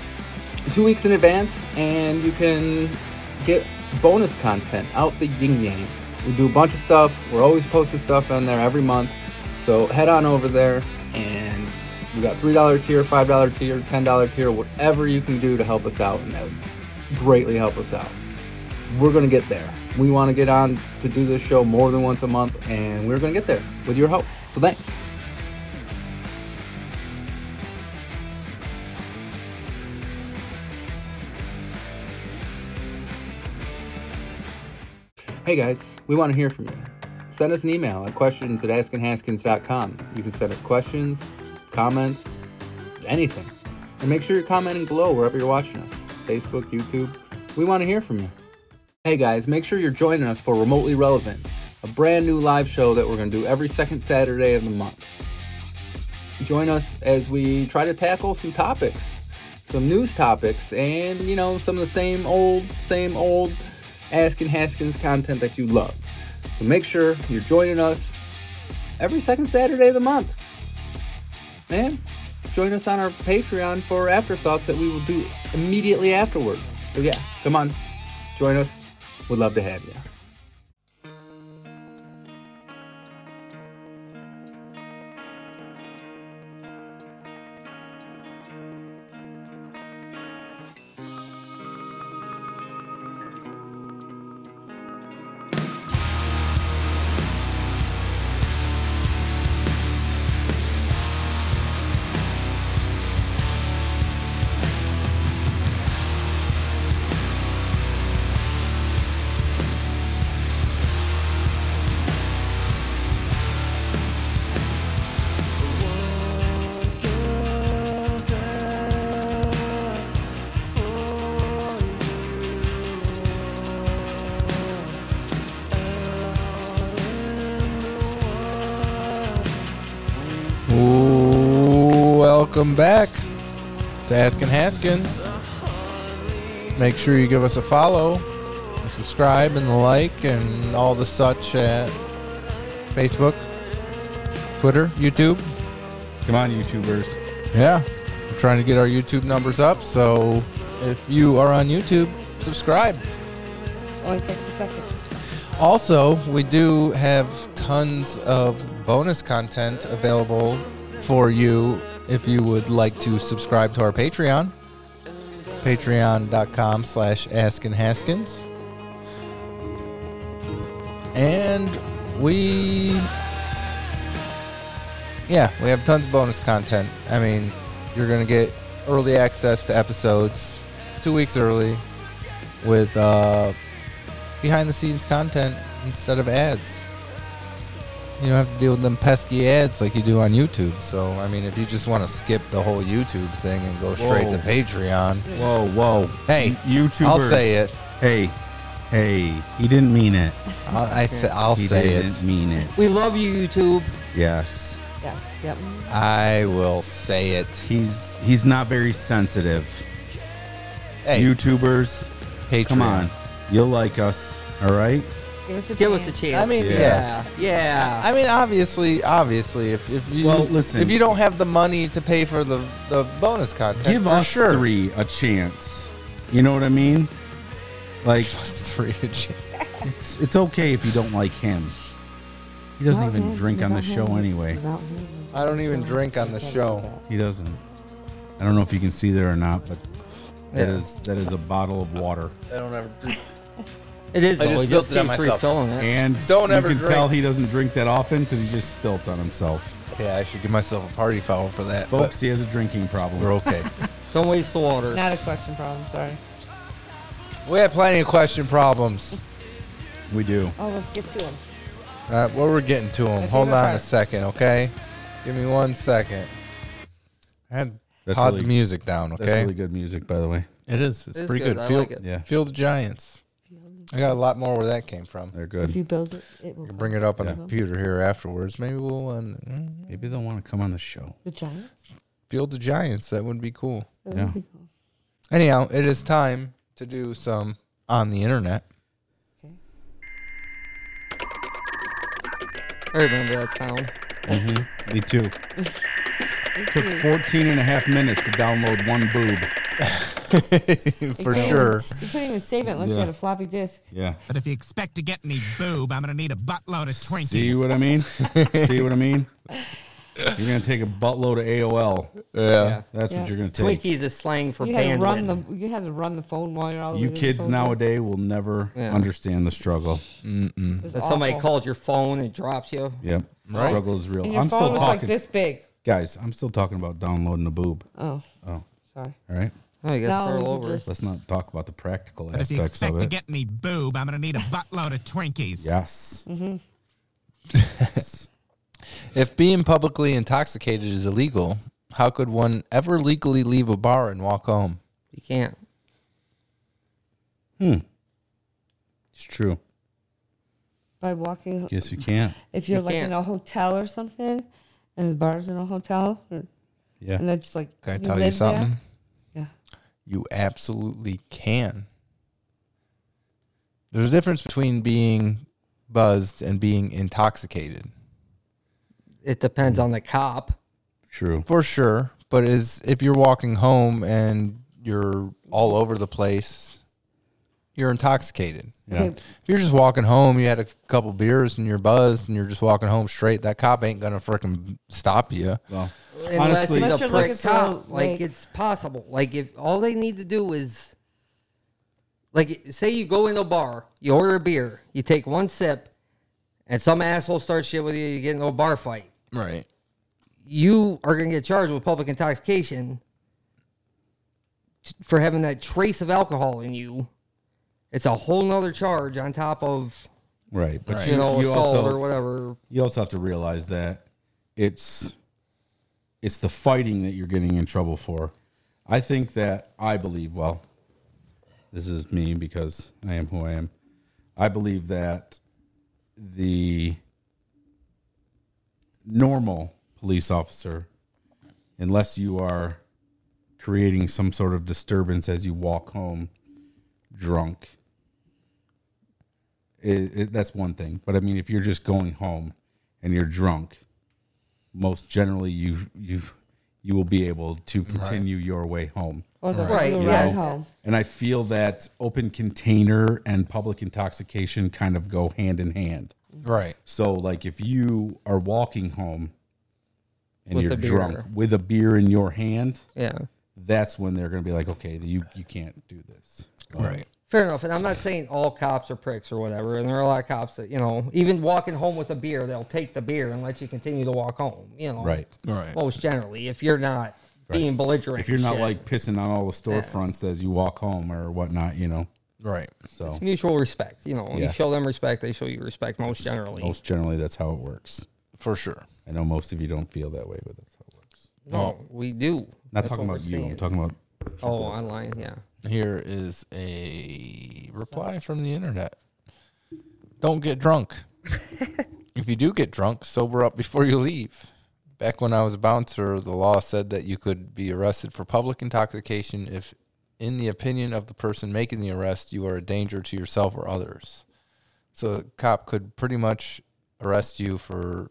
[SPEAKER 6] two weeks in advance, and you can get bonus content out the yin yang. We do a bunch of stuff. We're always posting stuff on there every month. So head on over there and We got three dollar tier, five dollar tier, ten dollar tier, whatever you can do to help us out, and that would greatly help us out. We're gonna get there. We want to get on to do this show more than once a month, and we're gonna get there with your help. So thanks. Hey guys, we want to hear from you. Send us an email at questions at askinhaskins.com. You can send us questions, comments, anything. And make sure you're commenting below wherever you're watching us Facebook, YouTube. We want to hear from you. Hey guys, make sure you're joining us for Remotely Relevant, a brand new live show that we're going to do every second Saturday of the month. Join us as we try to tackle some topics, some news topics, and, you know, some of the same old, same old. Asking Haskins content that you love. So make sure you're joining us every second Saturday of the month. And join us on our Patreon for afterthoughts that we will do immediately afterwards. So yeah, come on, join us. We'd love to have you. Welcome back to Askin Haskins. Make sure you give us a follow, and subscribe, and like, and all the such at Facebook, Twitter, YouTube.
[SPEAKER 11] Come on, YouTubers.
[SPEAKER 6] Yeah, we're trying to get our YouTube numbers up. So if you are on YouTube, subscribe.
[SPEAKER 1] Only takes a second.
[SPEAKER 6] Also, we do have tons of bonus content available for you if you would like to subscribe to our Patreon. Patreon.com slash Askin Haskins. And we Yeah, we have tons of bonus content. I mean, you're gonna get early access to episodes two weeks early with uh behind the scenes content instead of ads you don't have to deal with them pesky ads like you do on YouTube. So, I mean, if you just want to skip the whole YouTube thing and go straight
[SPEAKER 11] Whoa.
[SPEAKER 6] to Patreon,
[SPEAKER 11] Whoa, whoa.
[SPEAKER 6] Hey,
[SPEAKER 11] YouTubers.
[SPEAKER 6] I'll say it.
[SPEAKER 11] Hey, hey, he didn't mean it.
[SPEAKER 6] I, I say, I'll
[SPEAKER 11] he
[SPEAKER 6] say
[SPEAKER 11] didn't
[SPEAKER 6] it.
[SPEAKER 11] mean it.
[SPEAKER 10] We love you, YouTube.
[SPEAKER 11] Yes.
[SPEAKER 1] Yes. Yep.
[SPEAKER 6] I will say it.
[SPEAKER 11] He's he's not very sensitive.
[SPEAKER 6] Hey.
[SPEAKER 11] YouTubers,
[SPEAKER 6] Patreon.
[SPEAKER 11] come on. You'll like us, all right?
[SPEAKER 1] Give us a
[SPEAKER 10] Give
[SPEAKER 1] chance.
[SPEAKER 10] us a chance.
[SPEAKER 6] I mean,
[SPEAKER 11] Yeah.
[SPEAKER 6] yes.
[SPEAKER 10] Yeah.
[SPEAKER 6] I mean, obviously, obviously, if, if you
[SPEAKER 11] Well, listen.
[SPEAKER 6] if you don't have the money to pay for the, the bonus content,
[SPEAKER 11] Give
[SPEAKER 6] for
[SPEAKER 11] us
[SPEAKER 6] sure.
[SPEAKER 11] three a chance. You know what I mean? Like
[SPEAKER 6] three. a chance.
[SPEAKER 11] it's it's okay if you don't like him. He doesn't even drink on the show anyway.
[SPEAKER 6] I don't even drink on the show.
[SPEAKER 11] He doesn't. I don't know if you can see there or not, but that
[SPEAKER 6] Yeah.
[SPEAKER 11] is that is a bottle of water.
[SPEAKER 6] I don't ever drink.
[SPEAKER 10] It is.
[SPEAKER 6] I
[SPEAKER 10] though.
[SPEAKER 6] just
[SPEAKER 10] We
[SPEAKER 6] built it on
[SPEAKER 10] keep
[SPEAKER 6] myself.
[SPEAKER 10] refilling it.
[SPEAKER 11] And
[SPEAKER 6] Uh, Don't
[SPEAKER 11] you
[SPEAKER 6] ever
[SPEAKER 11] can
[SPEAKER 6] drink.
[SPEAKER 11] tell he doesn't drink that often because he just spilt on himself.
[SPEAKER 6] Yeah, I should give myself a party foul for that.
[SPEAKER 11] Folks, he has a drinking problem.
[SPEAKER 6] but we're okay.
[SPEAKER 10] Don't waste the water.
[SPEAKER 1] Not a question problem. Sorry.
[SPEAKER 6] we have plenty of question problems.
[SPEAKER 11] We do.
[SPEAKER 1] Oh, let's get to him.
[SPEAKER 6] Uh, well, we're getting to them.
[SPEAKER 1] think
[SPEAKER 6] Hold
[SPEAKER 1] we're
[SPEAKER 6] on a
[SPEAKER 1] fine.
[SPEAKER 6] second, okay? Give me one second. I had
[SPEAKER 11] That's
[SPEAKER 6] pod
[SPEAKER 11] really-
[SPEAKER 6] the music down, okay?
[SPEAKER 11] That's really good music, by the way.
[SPEAKER 6] It is. It's
[SPEAKER 10] It is
[SPEAKER 6] pretty
[SPEAKER 10] good.
[SPEAKER 6] good.
[SPEAKER 10] I
[SPEAKER 6] Feel,
[SPEAKER 10] like it.
[SPEAKER 11] Yeah.
[SPEAKER 6] Feel the Giants. I got a lot more where that came from.
[SPEAKER 11] They're
[SPEAKER 1] If
[SPEAKER 11] good.
[SPEAKER 1] you build it, it will
[SPEAKER 6] I can
[SPEAKER 1] come.
[SPEAKER 6] bring it up on the
[SPEAKER 1] Yeah.
[SPEAKER 6] computer here afterwards. Maybe we'll um,
[SPEAKER 11] Maybe they'll want to come on the show.
[SPEAKER 1] The Giants.
[SPEAKER 6] field the Giants. That would be cool.
[SPEAKER 1] That
[SPEAKER 11] Yeah.
[SPEAKER 1] would be cool.
[SPEAKER 6] Anyhow, it is time to do some on the internet.
[SPEAKER 10] I remember that sound.
[SPEAKER 11] Mm-hmm. Me too. Took 14 and a half minutes to download one boob.
[SPEAKER 1] You
[SPEAKER 6] For
[SPEAKER 1] couldn't even-
[SPEAKER 6] sure.
[SPEAKER 1] You couldn't even save it unless you
[SPEAKER 11] Yeah.
[SPEAKER 1] had a floppy disk.
[SPEAKER 11] Yeah.
[SPEAKER 5] But if you expect to get any boob, I'm gonna need a buttload of Twinkies.
[SPEAKER 11] See what I mean? See what I mean? You're gonna take a buttload of AOL.
[SPEAKER 6] Yeah,
[SPEAKER 11] that's what you're gonna take.
[SPEAKER 10] Twinkie is a slang for
[SPEAKER 1] you had to run
[SPEAKER 10] bandwidth.
[SPEAKER 1] the you had to run the phone while you're out.
[SPEAKER 11] You kids nowadays will never
[SPEAKER 10] Yeah.
[SPEAKER 11] understand the struggle.
[SPEAKER 6] Mm-mm.
[SPEAKER 10] That somebody
[SPEAKER 1] awful.
[SPEAKER 10] calls your phone and drops you.
[SPEAKER 11] Yep,
[SPEAKER 10] Right.
[SPEAKER 11] struggle is real.
[SPEAKER 10] And your
[SPEAKER 11] I'm
[SPEAKER 10] phone
[SPEAKER 11] still
[SPEAKER 10] was
[SPEAKER 11] talking.
[SPEAKER 10] like this big.
[SPEAKER 11] guys. I'm still talking about downloading a boob.
[SPEAKER 1] Oh.
[SPEAKER 11] oh,
[SPEAKER 1] sorry.
[SPEAKER 11] All right.
[SPEAKER 10] Oh, you gotta start all over.
[SPEAKER 11] Let's not talk about the practical
[SPEAKER 13] But if you
[SPEAKER 11] aspects of
[SPEAKER 13] expect
[SPEAKER 11] it.
[SPEAKER 13] to get any boob, I'm gonna need a buttload of Twinkies.
[SPEAKER 11] Yes.
[SPEAKER 13] Mm-hmm.
[SPEAKER 6] If being publicly intoxicated is illegal, how could one ever legally leave a bar and walk home?
[SPEAKER 10] You can't.
[SPEAKER 11] Hmm. It's true.
[SPEAKER 1] by walking.
[SPEAKER 11] Yes, you can't.
[SPEAKER 1] If you're
[SPEAKER 10] You
[SPEAKER 1] like in
[SPEAKER 10] can't.
[SPEAKER 1] a hotel or something, and the bar's in a hotel, or,
[SPEAKER 11] Yeah.
[SPEAKER 1] and that's like
[SPEAKER 6] Can I tell you
[SPEAKER 1] live there?
[SPEAKER 6] something?
[SPEAKER 1] Yeah.
[SPEAKER 6] You absolutely can. There's a difference between being buzzed and being intoxicated.
[SPEAKER 10] It depends on the cop.
[SPEAKER 11] True.
[SPEAKER 6] For sure. But is if you're walking home and you're all over the place, you're intoxicated.
[SPEAKER 11] Yeah.
[SPEAKER 6] If you're just walking home, you had a couple beers and you're buzzed and you're just walking home straight, that cop ain't gonna frickin' stop you.
[SPEAKER 11] Well,
[SPEAKER 10] Unless
[SPEAKER 6] honestly,
[SPEAKER 10] he's a
[SPEAKER 1] you're looking
[SPEAKER 10] prick
[SPEAKER 1] for,
[SPEAKER 10] cop. Like,
[SPEAKER 1] like-
[SPEAKER 10] it's possible. Like if all they need to do is like say you go in a bar, you order a beer, you take one sip, and some asshole starts shit with you, you get into a bar fight.
[SPEAKER 6] Right.
[SPEAKER 10] You are gonna get charged with public intoxication t- for having that trace of alcohol in you. It's a whole nother charge on top of
[SPEAKER 11] Right, but
[SPEAKER 10] you, know, assault or whatever.
[SPEAKER 11] You also have to realize that it's it's the fighting that you're getting in trouble for. I think that I believe. Well, this is me because I am who I am. I believe that the normal police officer, unless you are creating some sort of disturbance as you walk home drunk, it, it, that's one thing. But I mean, if you're just going home and you're drunk, most generally you you you will be able to continue your way home.
[SPEAKER 1] Or the Right, regular yeah. ride home.
[SPEAKER 11] And I feel that open container and public intoxication kind of go hand in hand.
[SPEAKER 6] Right.
[SPEAKER 11] So like if you are walking home and
[SPEAKER 10] With
[SPEAKER 11] you're
[SPEAKER 10] a beer.
[SPEAKER 11] drunk with a beer in your hand,
[SPEAKER 10] Yeah.
[SPEAKER 11] that's when they're going to be like, okay, you you can't do this.
[SPEAKER 6] Right.
[SPEAKER 10] Fair enough. And I'm not saying all cops are pricks or whatever. And there are a lot of cops that, you know, even walking home with a beer, they'll take the beer and let you continue to walk home, you know.
[SPEAKER 11] Right. Right.
[SPEAKER 10] Most generally, if you're not
[SPEAKER 11] Right.
[SPEAKER 10] being belligerent.
[SPEAKER 11] If you're not
[SPEAKER 10] and shit.
[SPEAKER 11] like pissing on all the storefronts as you walk home or whatnot, you know.
[SPEAKER 6] Right.
[SPEAKER 11] So
[SPEAKER 10] It's mutual respect, you know.
[SPEAKER 11] Yeah.
[SPEAKER 10] You show them respect, they show you respect most generally.
[SPEAKER 11] most generally, that's how it works.
[SPEAKER 6] For sure.
[SPEAKER 11] I know most of you don't feel that way, but that's how it works.
[SPEAKER 10] no, we do.
[SPEAKER 11] Not
[SPEAKER 10] That's
[SPEAKER 11] talking
[SPEAKER 10] what
[SPEAKER 11] about
[SPEAKER 10] we're
[SPEAKER 11] you. I'm
[SPEAKER 10] saying.
[SPEAKER 11] talking about.
[SPEAKER 10] Oh, online, yeah.
[SPEAKER 6] Here is a reply from the internet. Don't get drunk. if you do get drunk, sober up before you leave. Back when I was a bouncer, the law said that you could be arrested for public intoxication if, in the opinion of the person making the arrest, you are a danger to yourself or others. So a cop could pretty much arrest you for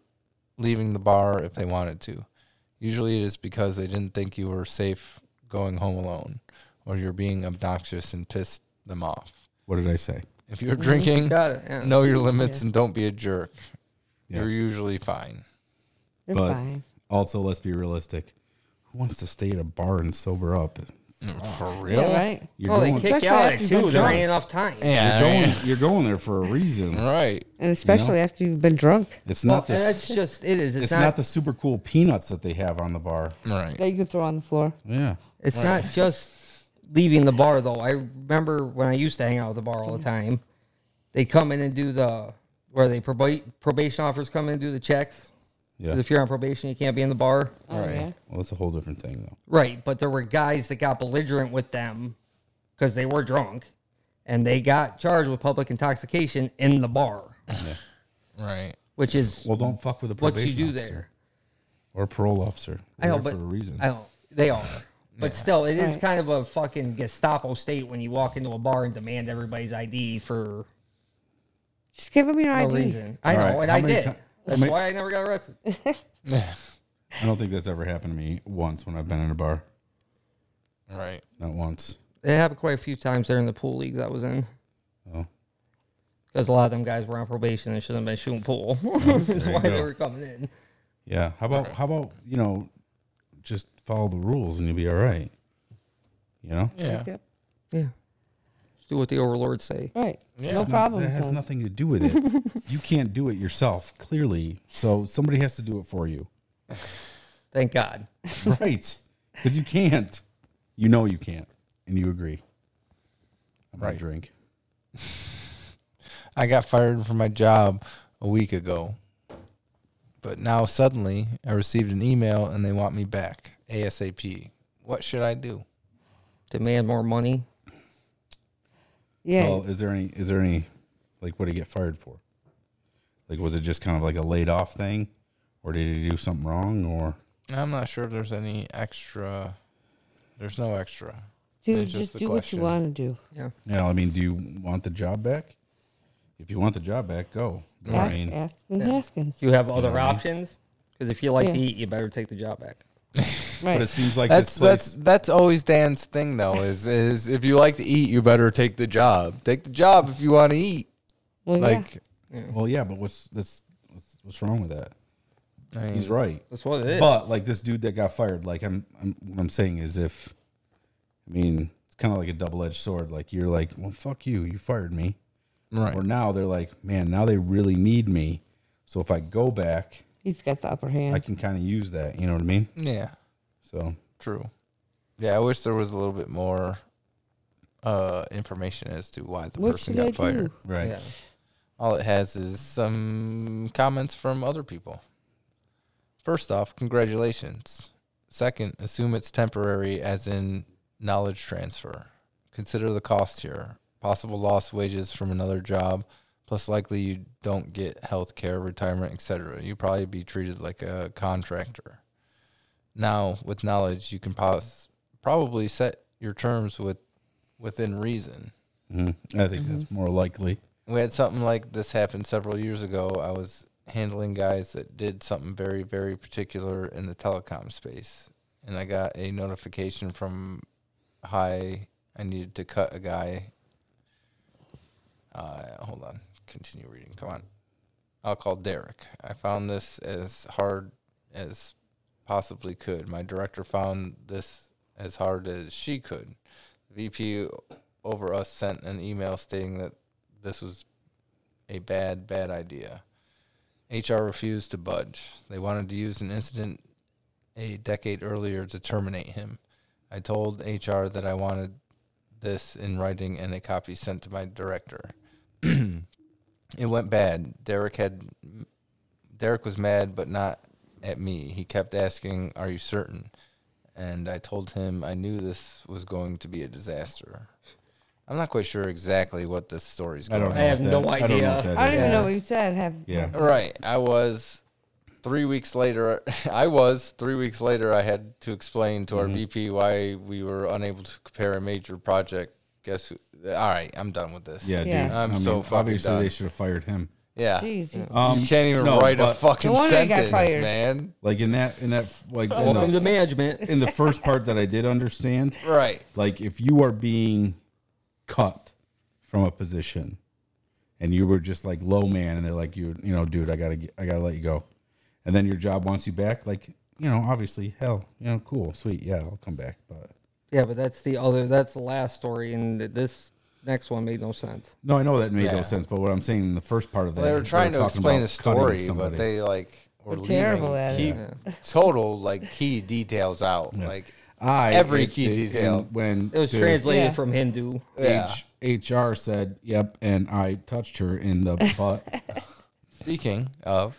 [SPEAKER 6] leaving the bar if they wanted to. Usually it is because they didn't think you were safe going home alone or you're being obnoxious and pissed them off.
[SPEAKER 11] What did I say?
[SPEAKER 6] If you're
[SPEAKER 10] Mhm.
[SPEAKER 6] drinking,
[SPEAKER 10] Got it, yeah.
[SPEAKER 6] know your limits
[SPEAKER 10] Yeah.
[SPEAKER 6] and don't be a jerk.
[SPEAKER 11] Yeah.
[SPEAKER 6] You're usually fine.
[SPEAKER 1] You're
[SPEAKER 11] but
[SPEAKER 1] fine.
[SPEAKER 11] also, let's be realistic. Who wants to stay at a bar and sober up?
[SPEAKER 6] For
[SPEAKER 1] real? Yeah, right.
[SPEAKER 11] You're
[SPEAKER 10] Well, Oh, they
[SPEAKER 11] going,
[SPEAKER 10] kick you
[SPEAKER 1] Especially
[SPEAKER 10] out
[SPEAKER 1] after
[SPEAKER 10] at
[SPEAKER 1] you've
[SPEAKER 10] two.
[SPEAKER 1] been
[SPEAKER 10] There
[SPEAKER 1] drunk.
[SPEAKER 10] ain't enough time.
[SPEAKER 11] you're, going you're going there for a reason,
[SPEAKER 6] right?
[SPEAKER 1] And especially after you've been drunk,
[SPEAKER 11] it's not
[SPEAKER 10] Well,
[SPEAKER 11] the,
[SPEAKER 10] that's just- it is.
[SPEAKER 11] It's,
[SPEAKER 10] It's
[SPEAKER 11] not,
[SPEAKER 10] not-
[SPEAKER 11] the super cool peanuts that they have on the bar,
[SPEAKER 6] right?
[SPEAKER 1] that you could throw on the floor.
[SPEAKER 11] Yeah,
[SPEAKER 10] It's not just leaving the bar though. I remember when I used to hang out at the bar all the time. They come in and do the where they proba- probation officers come in and do the checks.
[SPEAKER 11] Yeah.
[SPEAKER 10] 'Cause if you're on probation, you can't be in the bar.
[SPEAKER 1] Oh, Right. yeah.
[SPEAKER 11] Well, that's a whole different thing, though.
[SPEAKER 10] Right, but there were guys that got belligerent with them because they were drunk, and they got charged with public intoxication in the bar.
[SPEAKER 6] Right.
[SPEAKER 10] Which is
[SPEAKER 11] well, don't fuck with a
[SPEAKER 10] what you
[SPEAKER 11] probation
[SPEAKER 10] do
[SPEAKER 11] officer
[SPEAKER 10] there.
[SPEAKER 11] or a parole officer.
[SPEAKER 10] I know,
[SPEAKER 11] They're
[SPEAKER 10] but
[SPEAKER 11] for a reason.
[SPEAKER 10] I know they are, but
[SPEAKER 6] Yeah.
[SPEAKER 10] still, it is
[SPEAKER 6] Right.
[SPEAKER 10] kind of a fucking Gestapo state when you walk into a bar and demand everybody's ID for
[SPEAKER 1] Just give them your
[SPEAKER 10] no
[SPEAKER 1] ID.
[SPEAKER 10] reason. I
[SPEAKER 11] All
[SPEAKER 10] know,
[SPEAKER 11] right,
[SPEAKER 10] and
[SPEAKER 11] how
[SPEAKER 10] I
[SPEAKER 11] many
[SPEAKER 10] did.
[SPEAKER 11] ti- how
[SPEAKER 10] That's
[SPEAKER 11] many-
[SPEAKER 10] why I never got arrested.
[SPEAKER 11] I don't think that's ever happened to me once when I've been in a bar.
[SPEAKER 6] Right.
[SPEAKER 11] Not once.
[SPEAKER 10] it happened quite a few times there in the pool leagues I was in.
[SPEAKER 11] Oh.
[SPEAKER 10] Because a lot of them guys were on probation and shouldn't have been shooting pool.
[SPEAKER 11] Oh, there
[SPEAKER 10] That's
[SPEAKER 11] you
[SPEAKER 10] why they
[SPEAKER 11] go.
[SPEAKER 10] were coming in.
[SPEAKER 11] Yeah. How about how about you know, just follow the rules and you'll be all right. You know.
[SPEAKER 2] Yeah.
[SPEAKER 1] Yep.
[SPEAKER 10] Yeah. Just do what the overlords say.
[SPEAKER 1] Right.
[SPEAKER 11] It's
[SPEAKER 1] No
[SPEAKER 11] not-
[SPEAKER 1] problem.
[SPEAKER 11] That has
[SPEAKER 1] Tom.
[SPEAKER 11] nothing to do with it. you can't do it yourself, clearly. So somebody has to do it for you.
[SPEAKER 10] Thank God.
[SPEAKER 11] Right. Because you can't. You know you can't. And you agree. I'm right. drink.
[SPEAKER 2] I got fired from my job a week ago. But now suddenly I received an email and they want me back ASAP. What should I do?
[SPEAKER 10] Demand more money.
[SPEAKER 1] Yeah.
[SPEAKER 11] Well, is there any is there any like what did he get fired for? Like was it just kind of like a laid off thing? Or did he do something wrong or
[SPEAKER 2] I'm not sure if there's any extra. There's no extra.
[SPEAKER 1] Dude,
[SPEAKER 2] It's
[SPEAKER 1] just
[SPEAKER 2] the
[SPEAKER 1] do what you
[SPEAKER 2] question.
[SPEAKER 1] want to do.
[SPEAKER 10] Yeah.
[SPEAKER 11] you know, I mean, do you want the job back? If you want the job back, go. You know what I
[SPEAKER 1] Ask,
[SPEAKER 11] mean,
[SPEAKER 1] ask and Haskins.
[SPEAKER 10] You have
[SPEAKER 11] You
[SPEAKER 10] other
[SPEAKER 11] know what I mean?
[SPEAKER 10] options because if you like to
[SPEAKER 1] Yeah.
[SPEAKER 10] eat, you better take the job back.
[SPEAKER 1] Right.
[SPEAKER 11] But it seems like
[SPEAKER 2] that's
[SPEAKER 11] this place
[SPEAKER 2] that's that's always Dan's thing though. Is is if you like to eat, you better take the job. Take the job if you want to eat.
[SPEAKER 1] Well, yeah.
[SPEAKER 2] like
[SPEAKER 11] Well, yeah, but what's that's what's, what's wrong with that?
[SPEAKER 2] I
[SPEAKER 11] He's
[SPEAKER 2] mean,
[SPEAKER 11] right.
[SPEAKER 10] That's what it is.
[SPEAKER 11] But like this dude that got fired, like I'm, I'm what I'm saying is if, I mean, it's kind of like a double edged sword. Like you're like, well, fuck you, you fired me.
[SPEAKER 2] Right.
[SPEAKER 11] Or now they're like, man, now they really need me. So if I go back,
[SPEAKER 1] He's got the upper
[SPEAKER 11] I
[SPEAKER 1] hand.
[SPEAKER 11] can kind of use that. You know what I mean?
[SPEAKER 2] Yeah.
[SPEAKER 11] So
[SPEAKER 2] True. Yeah, I wish there was a little bit more uh, information as to why the
[SPEAKER 1] What
[SPEAKER 2] person
[SPEAKER 1] should I
[SPEAKER 2] got fired.
[SPEAKER 1] do?
[SPEAKER 11] right.
[SPEAKER 10] Yeah.
[SPEAKER 2] All it has is some comments from other people. First off, congratulations. Second, assume it's temporary, as in knowledge transfer. Consider the cost here possible lost wages from another job, plus likely you don't get health care, retirement, etc. You probably be treated like a contractor. Now, with knowledge, you can pos- probably set your terms with within reason
[SPEAKER 11] Mhm. I think that's more likely.
[SPEAKER 2] we had something like this happen several years ago. I was handling guys that did something very, very particular in the telecom space. And I got a notification from high, I needed to cut a guy. Uh, hold on, continue reading. Come on. I'll call Derek. I found this as hard as possibly could. My director found this as hard as she could. VP over us sent an email stating that this was a bad, bad idea. HR refused to budge. They wanted to use an incident a decade earlier to terminate him. I told HR that I wanted this in writing and a copy sent to my director. it went bad. Derek had Derek was mad but not at me. He kept asking, "Are you certain?" And I told him I knew this was going to be a disaster. I'm not quite sure exactly what this story's
[SPEAKER 11] I
[SPEAKER 2] going
[SPEAKER 11] don't
[SPEAKER 2] on.
[SPEAKER 11] know
[SPEAKER 10] I have
[SPEAKER 11] what
[SPEAKER 10] no
[SPEAKER 11] that- I don't know
[SPEAKER 10] idea.
[SPEAKER 11] what that
[SPEAKER 1] I don't
[SPEAKER 11] is.
[SPEAKER 1] even know what you said. Have
[SPEAKER 11] Yeah.
[SPEAKER 2] Right. I was three weeks later. I was three weeks later. I had to explain
[SPEAKER 11] Mm-hmm.
[SPEAKER 2] to our VP why we were unable to compare a major project. Guess who? All right. I'm done with this.
[SPEAKER 11] Yeah,
[SPEAKER 1] Yeah.
[SPEAKER 11] dude.
[SPEAKER 2] I'm
[SPEAKER 11] I
[SPEAKER 2] so
[SPEAKER 11] mean,
[SPEAKER 2] fucking
[SPEAKER 11] obviously
[SPEAKER 2] done.
[SPEAKER 11] they should have fired him.
[SPEAKER 2] Yeah.
[SPEAKER 1] Jeez, he's-
[SPEAKER 11] Um,
[SPEAKER 2] you can't even
[SPEAKER 11] no,
[SPEAKER 2] write a
[SPEAKER 11] but-
[SPEAKER 2] fucking
[SPEAKER 1] No wonder he got
[SPEAKER 2] sentence,
[SPEAKER 1] fired.
[SPEAKER 2] man.
[SPEAKER 11] Like in that, in that, like in
[SPEAKER 10] Welcome to
[SPEAKER 11] the,
[SPEAKER 10] management.
[SPEAKER 11] in the first part that I did understand,
[SPEAKER 2] Right.
[SPEAKER 11] like if you are being cut from a position and you were just like low man and they're like you you know dude i gotta get, i gotta let you go and then your job wants you back like you know obviously hell you know cool sweet yeah i'll come back but
[SPEAKER 10] Yeah, but that's the other. That's the last story, and th- this next one made no sense.
[SPEAKER 11] no i know that made no
[SPEAKER 2] Yeah.
[SPEAKER 11] sense but what i'm saying in the first part of that
[SPEAKER 2] They were
[SPEAKER 11] is
[SPEAKER 2] trying to
[SPEAKER 11] talking
[SPEAKER 2] explain
[SPEAKER 11] about
[SPEAKER 2] the
[SPEAKER 11] cutting
[SPEAKER 2] story, but
[SPEAKER 11] somebody.
[SPEAKER 2] they like were
[SPEAKER 1] They're terrible
[SPEAKER 2] leaving
[SPEAKER 1] at
[SPEAKER 2] key,
[SPEAKER 10] it.
[SPEAKER 2] total like key details out. Like
[SPEAKER 11] I,
[SPEAKER 2] every
[SPEAKER 11] it-
[SPEAKER 2] key
[SPEAKER 11] it-
[SPEAKER 2] detail.
[SPEAKER 11] and when
[SPEAKER 10] It was
[SPEAKER 11] the
[SPEAKER 10] translated
[SPEAKER 1] Yeah.
[SPEAKER 10] from Hindu.
[SPEAKER 2] yeah.
[SPEAKER 11] H- hr said yep and i touched her in the butt
[SPEAKER 2] Speaking of,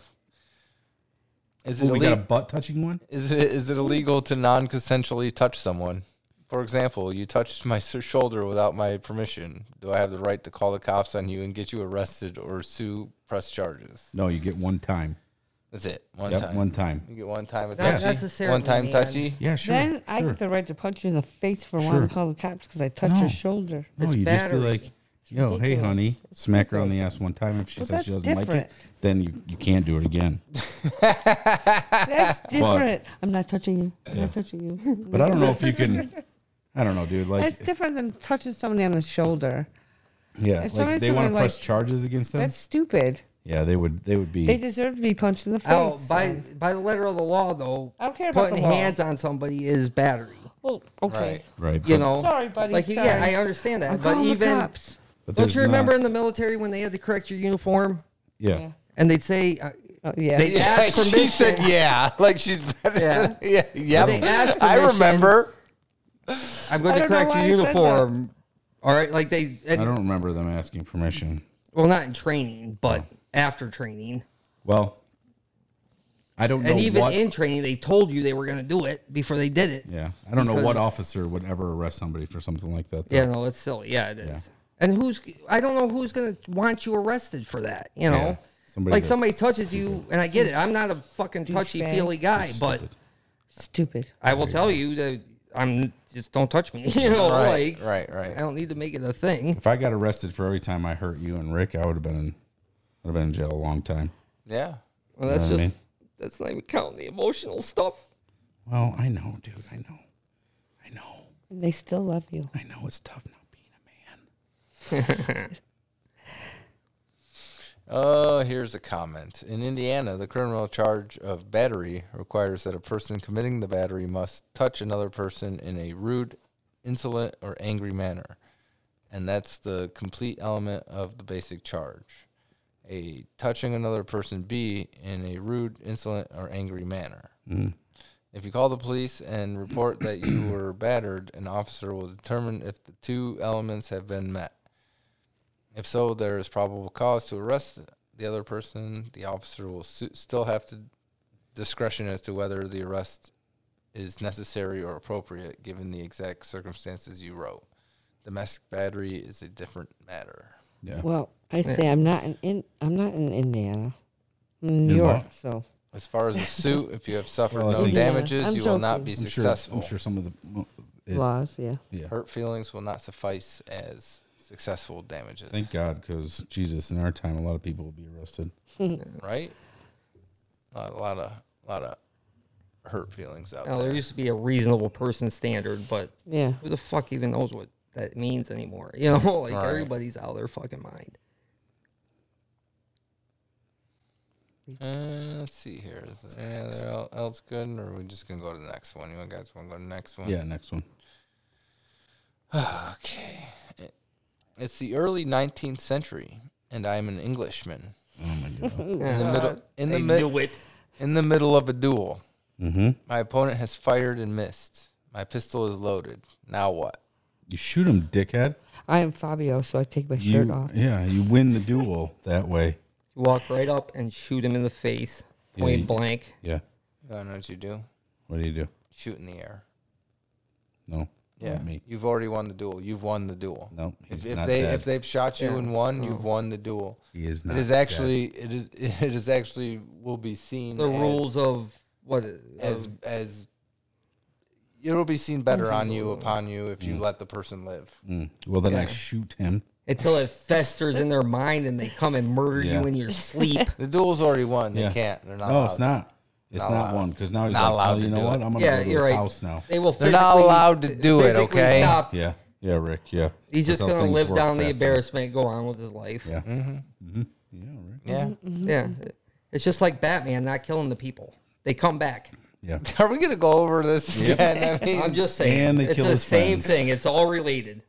[SPEAKER 2] is it
[SPEAKER 11] Ooh, we
[SPEAKER 2] ille-
[SPEAKER 11] got a butt touching one
[SPEAKER 2] Is it is it illegal to non-consensually touch someone? For example, you touched my s- shoulder without my permission. Do I have the right to call the cops on you and get you arrested or sue press charges?
[SPEAKER 11] no you get one time
[SPEAKER 2] That's it. One
[SPEAKER 11] Yep,
[SPEAKER 2] time.
[SPEAKER 11] one time.
[SPEAKER 2] You get one time with
[SPEAKER 10] Not
[SPEAKER 2] touchy.
[SPEAKER 10] necessarily,
[SPEAKER 2] One time
[SPEAKER 10] man.
[SPEAKER 2] touchy.
[SPEAKER 11] yeah sure
[SPEAKER 1] then
[SPEAKER 11] sure.
[SPEAKER 1] I get the right to punch you in the face for wanting to call the cops because I touched
[SPEAKER 11] No.
[SPEAKER 1] your shoulder.
[SPEAKER 11] No,
[SPEAKER 10] It's
[SPEAKER 11] you
[SPEAKER 10] battery.
[SPEAKER 11] just be like, yo, hey,
[SPEAKER 1] ridiculous.
[SPEAKER 11] honey, smack her on the ass one time. If she
[SPEAKER 1] Well,
[SPEAKER 11] says she
[SPEAKER 1] that's
[SPEAKER 11] doesn't like
[SPEAKER 1] different.
[SPEAKER 11] it, then you, you can't do it again.
[SPEAKER 1] That's different. I'm not touching you. I'm not touching you.
[SPEAKER 11] But I don't know if you can. I don't know, dude. Like,
[SPEAKER 1] That's different than touching somebody on the shoulder.
[SPEAKER 11] yeah,
[SPEAKER 1] if
[SPEAKER 11] like
[SPEAKER 1] somebody's
[SPEAKER 11] they want to
[SPEAKER 1] gonna,
[SPEAKER 11] press
[SPEAKER 1] like-
[SPEAKER 11] charges against them.
[SPEAKER 1] That's stupid.
[SPEAKER 11] Yeah, they would. They would be.
[SPEAKER 1] They deserve to be punched in the face.
[SPEAKER 10] Oh, by by the letter of the law, though,
[SPEAKER 1] I don't care about
[SPEAKER 10] putting
[SPEAKER 1] the law.
[SPEAKER 10] hands on somebody is battery.
[SPEAKER 1] Well, okay.
[SPEAKER 11] Right.
[SPEAKER 10] You know,
[SPEAKER 1] Sorry, buddy,
[SPEAKER 10] Like, yeah,
[SPEAKER 1] sorry.
[SPEAKER 10] I understand that,
[SPEAKER 1] I'll
[SPEAKER 10] but
[SPEAKER 1] call the
[SPEAKER 10] even
[SPEAKER 1] cops.
[SPEAKER 11] But
[SPEAKER 10] don't
[SPEAKER 11] there's
[SPEAKER 10] you remember
[SPEAKER 11] not-
[SPEAKER 10] in the military when they had to correct your uniform?
[SPEAKER 11] Yeah. Yeah.
[SPEAKER 10] and they'd say, uh,
[SPEAKER 1] Oh, yeah,
[SPEAKER 10] they'd ask permission.
[SPEAKER 2] she said, "Yeah," like she's better. Yeah, yeah, yeah.
[SPEAKER 10] They asked
[SPEAKER 2] I
[SPEAKER 10] permission.
[SPEAKER 2] remember.
[SPEAKER 10] I'm going
[SPEAKER 2] I don't
[SPEAKER 10] to
[SPEAKER 2] know
[SPEAKER 10] correct
[SPEAKER 2] why
[SPEAKER 10] your
[SPEAKER 2] I said
[SPEAKER 10] uniform. All right, like they,
[SPEAKER 11] I don't remember them asking permission.
[SPEAKER 10] well, not in training, but after training,
[SPEAKER 11] Well, I don't know
[SPEAKER 10] and even
[SPEAKER 11] what.
[SPEAKER 10] in training, they told you they were going to do it before they did it.
[SPEAKER 11] yeah, I don't know what
[SPEAKER 10] Because-
[SPEAKER 11] officer would ever arrest somebody for something like that. though.
[SPEAKER 10] Yeah, no, it's silly. Yeah, it is. And who's? I don't know who's gonna want you arrested for that. You know,
[SPEAKER 11] Yeah, somebody
[SPEAKER 10] like
[SPEAKER 11] that's
[SPEAKER 10] somebody touches you, and I get it. I'm not a fucking touchy feely
[SPEAKER 1] Douchebag.
[SPEAKER 10] guy, but
[SPEAKER 1] Stupid.
[SPEAKER 10] I will tell you that I'm just don't touch me. You know,
[SPEAKER 2] Right,
[SPEAKER 10] like
[SPEAKER 2] right, right.
[SPEAKER 10] I don't need to make it a thing.
[SPEAKER 11] If I got arrested for every time I hurt you and Rick, I would have been in, would have been in jail a long time.
[SPEAKER 2] Yeah.
[SPEAKER 11] You
[SPEAKER 10] Well,
[SPEAKER 11] know
[SPEAKER 10] that's
[SPEAKER 11] what I
[SPEAKER 10] just
[SPEAKER 11] mean?
[SPEAKER 10] that's not even counting the emotional stuff.
[SPEAKER 11] Well, I know, dude. I know.
[SPEAKER 1] And they still love you.
[SPEAKER 11] I know it's tough not
[SPEAKER 1] being a man.
[SPEAKER 2] Oh, here's a comment. In Indiana, the criminal charge of battery requires that a person committing the battery must touch another person in a rude, insolent, or angry manner. And that's the complete element of the basic charge. A touching another person B in a rude, insolent, or angry manner.
[SPEAKER 11] Mm.
[SPEAKER 2] If you call the police and report that you were battered, an officer will determine if the two elements have been met. If so, there is probable cause to arrest the other person. The officer will su- still have to discretion as to whether the arrest is necessary or appropriate given the exact circumstances you wrote. Domestic battery is a different matter.
[SPEAKER 11] Yeah.
[SPEAKER 1] Well, I say I'm not in, in I'm not in Indiana, I'm in New
[SPEAKER 11] You're
[SPEAKER 1] York.
[SPEAKER 11] not?
[SPEAKER 1] So
[SPEAKER 2] As far as a suit, if you have suffered
[SPEAKER 11] Well, I
[SPEAKER 2] no
[SPEAKER 11] think-
[SPEAKER 2] damages,
[SPEAKER 1] I'm
[SPEAKER 2] you will not
[SPEAKER 1] joking.
[SPEAKER 2] be
[SPEAKER 11] I'm sure-
[SPEAKER 2] successful.
[SPEAKER 11] I'm sure some of the
[SPEAKER 1] Laws, yeah.
[SPEAKER 11] Yeah.
[SPEAKER 2] Hurt feelings will not suffice as successful damages.
[SPEAKER 11] Thank God, because Jesus, in our time, a lot of people will be arrested.
[SPEAKER 2] right? A lot of lot of hurt feelings out
[SPEAKER 1] Oh,
[SPEAKER 10] Now,
[SPEAKER 2] there.
[SPEAKER 10] there used to be a reasonable person standard, but
[SPEAKER 1] Yeah.
[SPEAKER 10] who the fuck even knows what that means anymore? You know, like
[SPEAKER 2] Right.
[SPEAKER 10] everybody's out of their fucking mind.
[SPEAKER 2] Uh, let's see here. Is there any other el- else good, or are we just gonna go to the next one? You guys want to go to the next one?
[SPEAKER 11] Yeah, next one.
[SPEAKER 2] Okay. It- It's the early 19th century, and I am an Englishman.
[SPEAKER 11] Oh my god!
[SPEAKER 2] In the middle, in the
[SPEAKER 10] I
[SPEAKER 2] mid-
[SPEAKER 10] knew it.
[SPEAKER 2] in the middle of a duel,
[SPEAKER 11] Mm-hmm.
[SPEAKER 2] my opponent has fired and missed. My pistol is loaded. Now what?
[SPEAKER 11] You shoot him, dickhead.
[SPEAKER 1] I am Fabio, so I take my
[SPEAKER 11] You-
[SPEAKER 1] shirt off.
[SPEAKER 11] Yeah, you win the duel that way.
[SPEAKER 10] You walk right up and shoot him in the face,
[SPEAKER 11] Yeah,
[SPEAKER 10] point
[SPEAKER 11] you-
[SPEAKER 10] blank.
[SPEAKER 11] Yeah.
[SPEAKER 2] I don't know what you do.
[SPEAKER 11] What do you do?
[SPEAKER 2] Shoot in the air.
[SPEAKER 11] No.
[SPEAKER 2] Yeah,
[SPEAKER 11] Not me.
[SPEAKER 2] You've already won the duel. You've won the duel.
[SPEAKER 11] No,
[SPEAKER 2] If,
[SPEAKER 11] he's
[SPEAKER 2] if
[SPEAKER 11] not
[SPEAKER 2] they
[SPEAKER 11] dead.
[SPEAKER 2] if they've shot you
[SPEAKER 10] Yeah.
[SPEAKER 2] and won, you've won the duel.
[SPEAKER 11] He is
[SPEAKER 2] It
[SPEAKER 11] not
[SPEAKER 2] is
[SPEAKER 11] dead.
[SPEAKER 2] actually it is it is actually will be seen
[SPEAKER 10] The
[SPEAKER 2] as-
[SPEAKER 10] rules of what?
[SPEAKER 2] as
[SPEAKER 10] of-
[SPEAKER 2] as it'll be seen better on you upon you if you let the person live.
[SPEAKER 11] Mm. Well, then I
[SPEAKER 10] Yeah.
[SPEAKER 11] shoot him.
[SPEAKER 10] until it festers in their mind and they come and murder
[SPEAKER 11] Yeah.
[SPEAKER 10] you in your sleep.
[SPEAKER 2] The duel's already won. They
[SPEAKER 11] Yeah.
[SPEAKER 2] can't. They're not.
[SPEAKER 11] no,
[SPEAKER 2] allowed.
[SPEAKER 11] it's not. It's
[SPEAKER 2] Not
[SPEAKER 11] not,
[SPEAKER 2] allowed.
[SPEAKER 11] one because now he's
[SPEAKER 2] Not
[SPEAKER 11] like,
[SPEAKER 2] allowed
[SPEAKER 11] oh,
[SPEAKER 2] to
[SPEAKER 11] you know
[SPEAKER 2] do
[SPEAKER 11] what?
[SPEAKER 2] it.
[SPEAKER 11] I'm gonna
[SPEAKER 10] yeah,
[SPEAKER 11] go to
[SPEAKER 10] you're
[SPEAKER 11] his
[SPEAKER 10] right.
[SPEAKER 11] house now.
[SPEAKER 10] They will.
[SPEAKER 2] They're not
[SPEAKER 10] physically-
[SPEAKER 2] allowed to do it.
[SPEAKER 10] physically
[SPEAKER 2] Okay.
[SPEAKER 10] Stop.
[SPEAKER 11] Yeah, yeah, Rick. Yeah.
[SPEAKER 10] He's
[SPEAKER 11] That's
[SPEAKER 10] just
[SPEAKER 11] how
[SPEAKER 10] gonna
[SPEAKER 11] things
[SPEAKER 10] live
[SPEAKER 11] work
[SPEAKER 10] down
[SPEAKER 11] back
[SPEAKER 10] the
[SPEAKER 11] then.
[SPEAKER 10] embarrassment, go on with his life.
[SPEAKER 11] Yeah.
[SPEAKER 2] Mm-hmm.
[SPEAKER 11] Mm-hmm. Yeah. Rick.
[SPEAKER 2] Yeah.
[SPEAKER 10] Yeah. It's just like Batman not killing the people. They come back.
[SPEAKER 11] Yeah.
[SPEAKER 2] Are we gonna go over this
[SPEAKER 11] Yep.
[SPEAKER 2] again? I mean,
[SPEAKER 10] I'm just saying.
[SPEAKER 11] And they
[SPEAKER 10] it's
[SPEAKER 11] kill
[SPEAKER 10] the
[SPEAKER 11] his
[SPEAKER 10] same
[SPEAKER 11] friends.
[SPEAKER 10] thing. It's all related.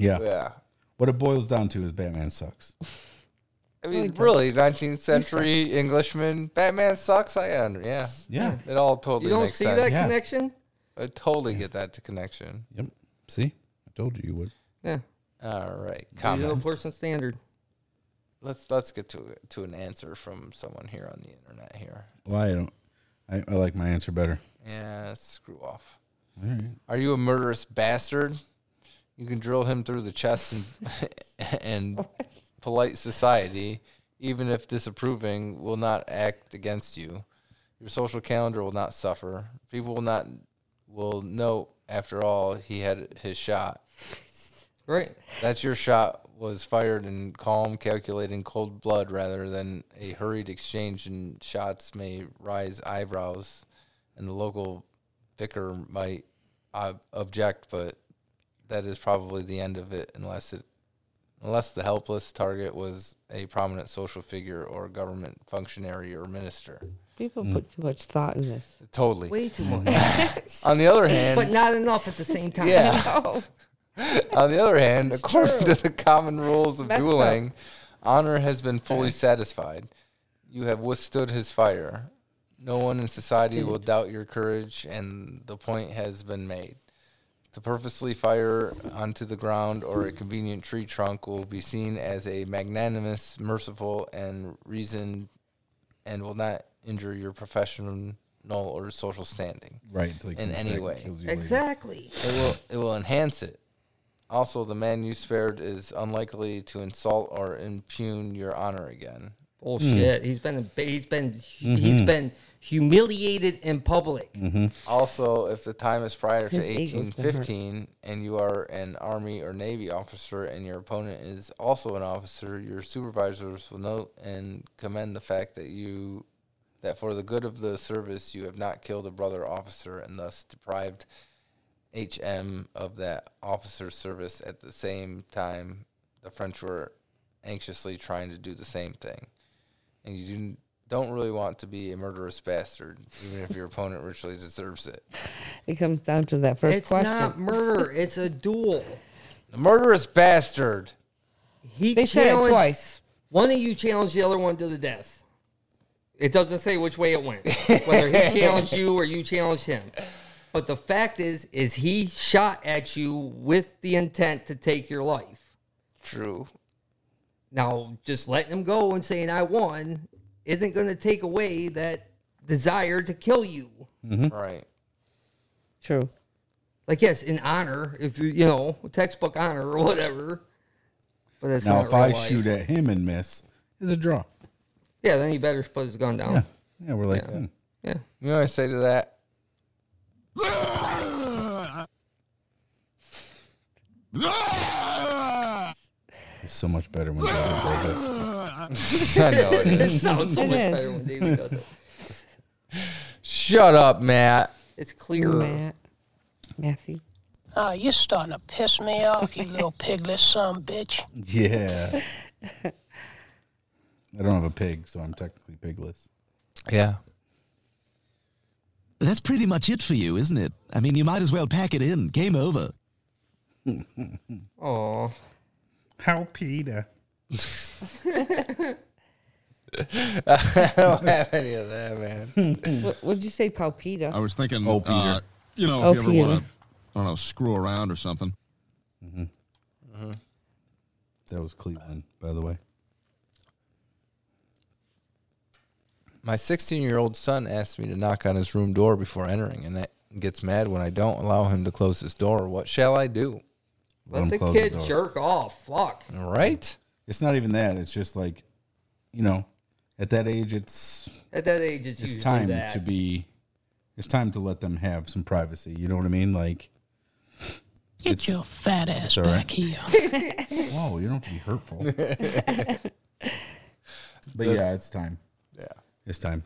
[SPEAKER 11] Yeah.
[SPEAKER 2] yeah.
[SPEAKER 11] What it boils down to is Batman sucks.
[SPEAKER 2] I mean, really, 19th century Englishman. Batman sucks. I under yeah.
[SPEAKER 11] Yeah.
[SPEAKER 2] It all totally.
[SPEAKER 10] You don't
[SPEAKER 2] makes
[SPEAKER 10] see
[SPEAKER 2] sense.
[SPEAKER 10] that
[SPEAKER 11] Yeah.
[SPEAKER 10] connection?
[SPEAKER 2] I totally get that to connection.
[SPEAKER 11] Yep. See, I told you you would.
[SPEAKER 10] Yeah.
[SPEAKER 2] All right,
[SPEAKER 10] Reasonable
[SPEAKER 2] comment.
[SPEAKER 10] person standard.
[SPEAKER 2] Let's let's get to to an answer from someone here on the internet here.
[SPEAKER 11] Well, I don't. I, I like my answer better.
[SPEAKER 2] Yeah, screw off.
[SPEAKER 11] All right.
[SPEAKER 2] Are you a murderous bastard? You can drill him through the chest and, and polite society, even if disapproving, will not act against you. Your social calendar will not suffer. People will not will know after all he had his shot.
[SPEAKER 10] Right.
[SPEAKER 2] That's your shot was fired in calm, calculating cold blood rather than a hurried exchange, and shots may rise eyebrows, and the local vicar might ob- object, but that is probably the end of it unless it unless the helpless target was a prominent social figure or government functionary or minister.
[SPEAKER 1] People
[SPEAKER 11] Mm.
[SPEAKER 1] put too much thought in this.
[SPEAKER 2] Totally.
[SPEAKER 10] Way too much.
[SPEAKER 2] On the other hand,
[SPEAKER 10] but not enough at the same time.
[SPEAKER 2] Yeah.
[SPEAKER 10] No.
[SPEAKER 2] On the other hand, according to the common rules of
[SPEAKER 10] Messed up.
[SPEAKER 2] dueling, honor has been fully satisfied. You have withstood his fire. No one in society will doubt your courage, and the point has been made. To purposely fire onto the ground or a convenient tree trunk will be seen as a magnanimous, merciful, and reasoned, and will not injure your professional or social standing.
[SPEAKER 11] Right, until he
[SPEAKER 2] in
[SPEAKER 11] comes
[SPEAKER 2] any
[SPEAKER 11] back and
[SPEAKER 2] way.
[SPEAKER 11] kills you
[SPEAKER 10] later. Exactly.
[SPEAKER 2] It will it will enhance it. Also, the man you spared is unlikely to insult or impugn your honor again.
[SPEAKER 1] Hmm.
[SPEAKER 10] Bullshit. He's been emba- he's been he's
[SPEAKER 1] Mm-hmm.
[SPEAKER 2] Mhm.
[SPEAKER 10] been humiliated in public.
[SPEAKER 1] Hmm.
[SPEAKER 2] Also, if the time is prior to
[SPEAKER 10] His ego's been hurt.
[SPEAKER 2] 1815 and you are an army or navy officer and your opponent is also an officer, your supervisors will note and commend the fact that you that for the good of the service you have not killed a brother officer and thus deprived HM of that officer's service at the same time the French were anxiously trying to do the same thing. And you didn't, don't really want to be a murderous bastard, even if your opponent richly deserves it.
[SPEAKER 1] It comes down to that first
[SPEAKER 10] it's
[SPEAKER 1] question.
[SPEAKER 10] not murder. It's a duel.
[SPEAKER 2] The murderous bastard.
[SPEAKER 10] He
[SPEAKER 1] They said it
[SPEAKER 10] challenged-
[SPEAKER 1] twice.
[SPEAKER 10] One of you challenged the other one to the death. It doesn't say which way it went, whether he challenged you or you challenged him. But the fact is, is he shot at you with the intent to take your life.
[SPEAKER 2] True.
[SPEAKER 10] Now, just letting him go and saying I won isn't going to take away that desire to kill you.
[SPEAKER 2] Right.
[SPEAKER 1] True.
[SPEAKER 10] Like yes, in honor, if you you know textbook honor or whatever. But that's
[SPEAKER 11] now,
[SPEAKER 10] not
[SPEAKER 11] if I
[SPEAKER 10] real life.
[SPEAKER 11] shoot at him and miss, it's a draw.
[SPEAKER 10] Yeah, then he better put his gun down.
[SPEAKER 11] Yeah. Yeah, we're like,
[SPEAKER 10] Yeah.
[SPEAKER 11] hmm.
[SPEAKER 10] Yeah.
[SPEAKER 2] You know what I say to that?
[SPEAKER 11] it's so much better when David does it.
[SPEAKER 2] I know it is.
[SPEAKER 10] It sounds so
[SPEAKER 2] It
[SPEAKER 10] much
[SPEAKER 2] is.
[SPEAKER 10] better when David does it.
[SPEAKER 2] Shut up, Matt.
[SPEAKER 10] It's clearer.
[SPEAKER 1] Matt. Matthew.
[SPEAKER 6] Oh, you're starting to piss me off, you little piglet son bitch.
[SPEAKER 11] Yeah. I don't have a pig, so I'm technically pigless.
[SPEAKER 2] Yeah.
[SPEAKER 3] That's pretty much it for you, isn't it? I mean, you might as well pack it in. Game over.
[SPEAKER 10] Oh.
[SPEAKER 11] How Peter.
[SPEAKER 2] I don't have any of that, man.
[SPEAKER 1] What would you say, Palpita?
[SPEAKER 14] I was thinking,
[SPEAKER 1] Oh, Peter.
[SPEAKER 14] uh, you know, if
[SPEAKER 1] Oh,
[SPEAKER 14] you ever
[SPEAKER 1] Peter.
[SPEAKER 14] want to, I don't know, screw around or something. Mm-hmm.
[SPEAKER 11] That was Cleveland, by the way.
[SPEAKER 2] My 16 year old son asks me to knock on his room door before entering and that gets mad when I don't allow him to close his door. What shall I do?
[SPEAKER 10] Let the kid jerk off. Fuck.
[SPEAKER 2] Right?
[SPEAKER 11] It's not even that. It's just like, you know, at that age, it's
[SPEAKER 10] At that age, it's usually
[SPEAKER 11] time
[SPEAKER 10] that.
[SPEAKER 11] to be. It's time to let them have some privacy. You know what I mean? Like,
[SPEAKER 6] Get
[SPEAKER 11] it's-
[SPEAKER 6] your fat ass
[SPEAKER 11] it's all right.
[SPEAKER 6] back here.
[SPEAKER 11] Whoa, you don't have to be hurtful. but yeah, it's time.
[SPEAKER 2] Yeah.
[SPEAKER 11] It's time.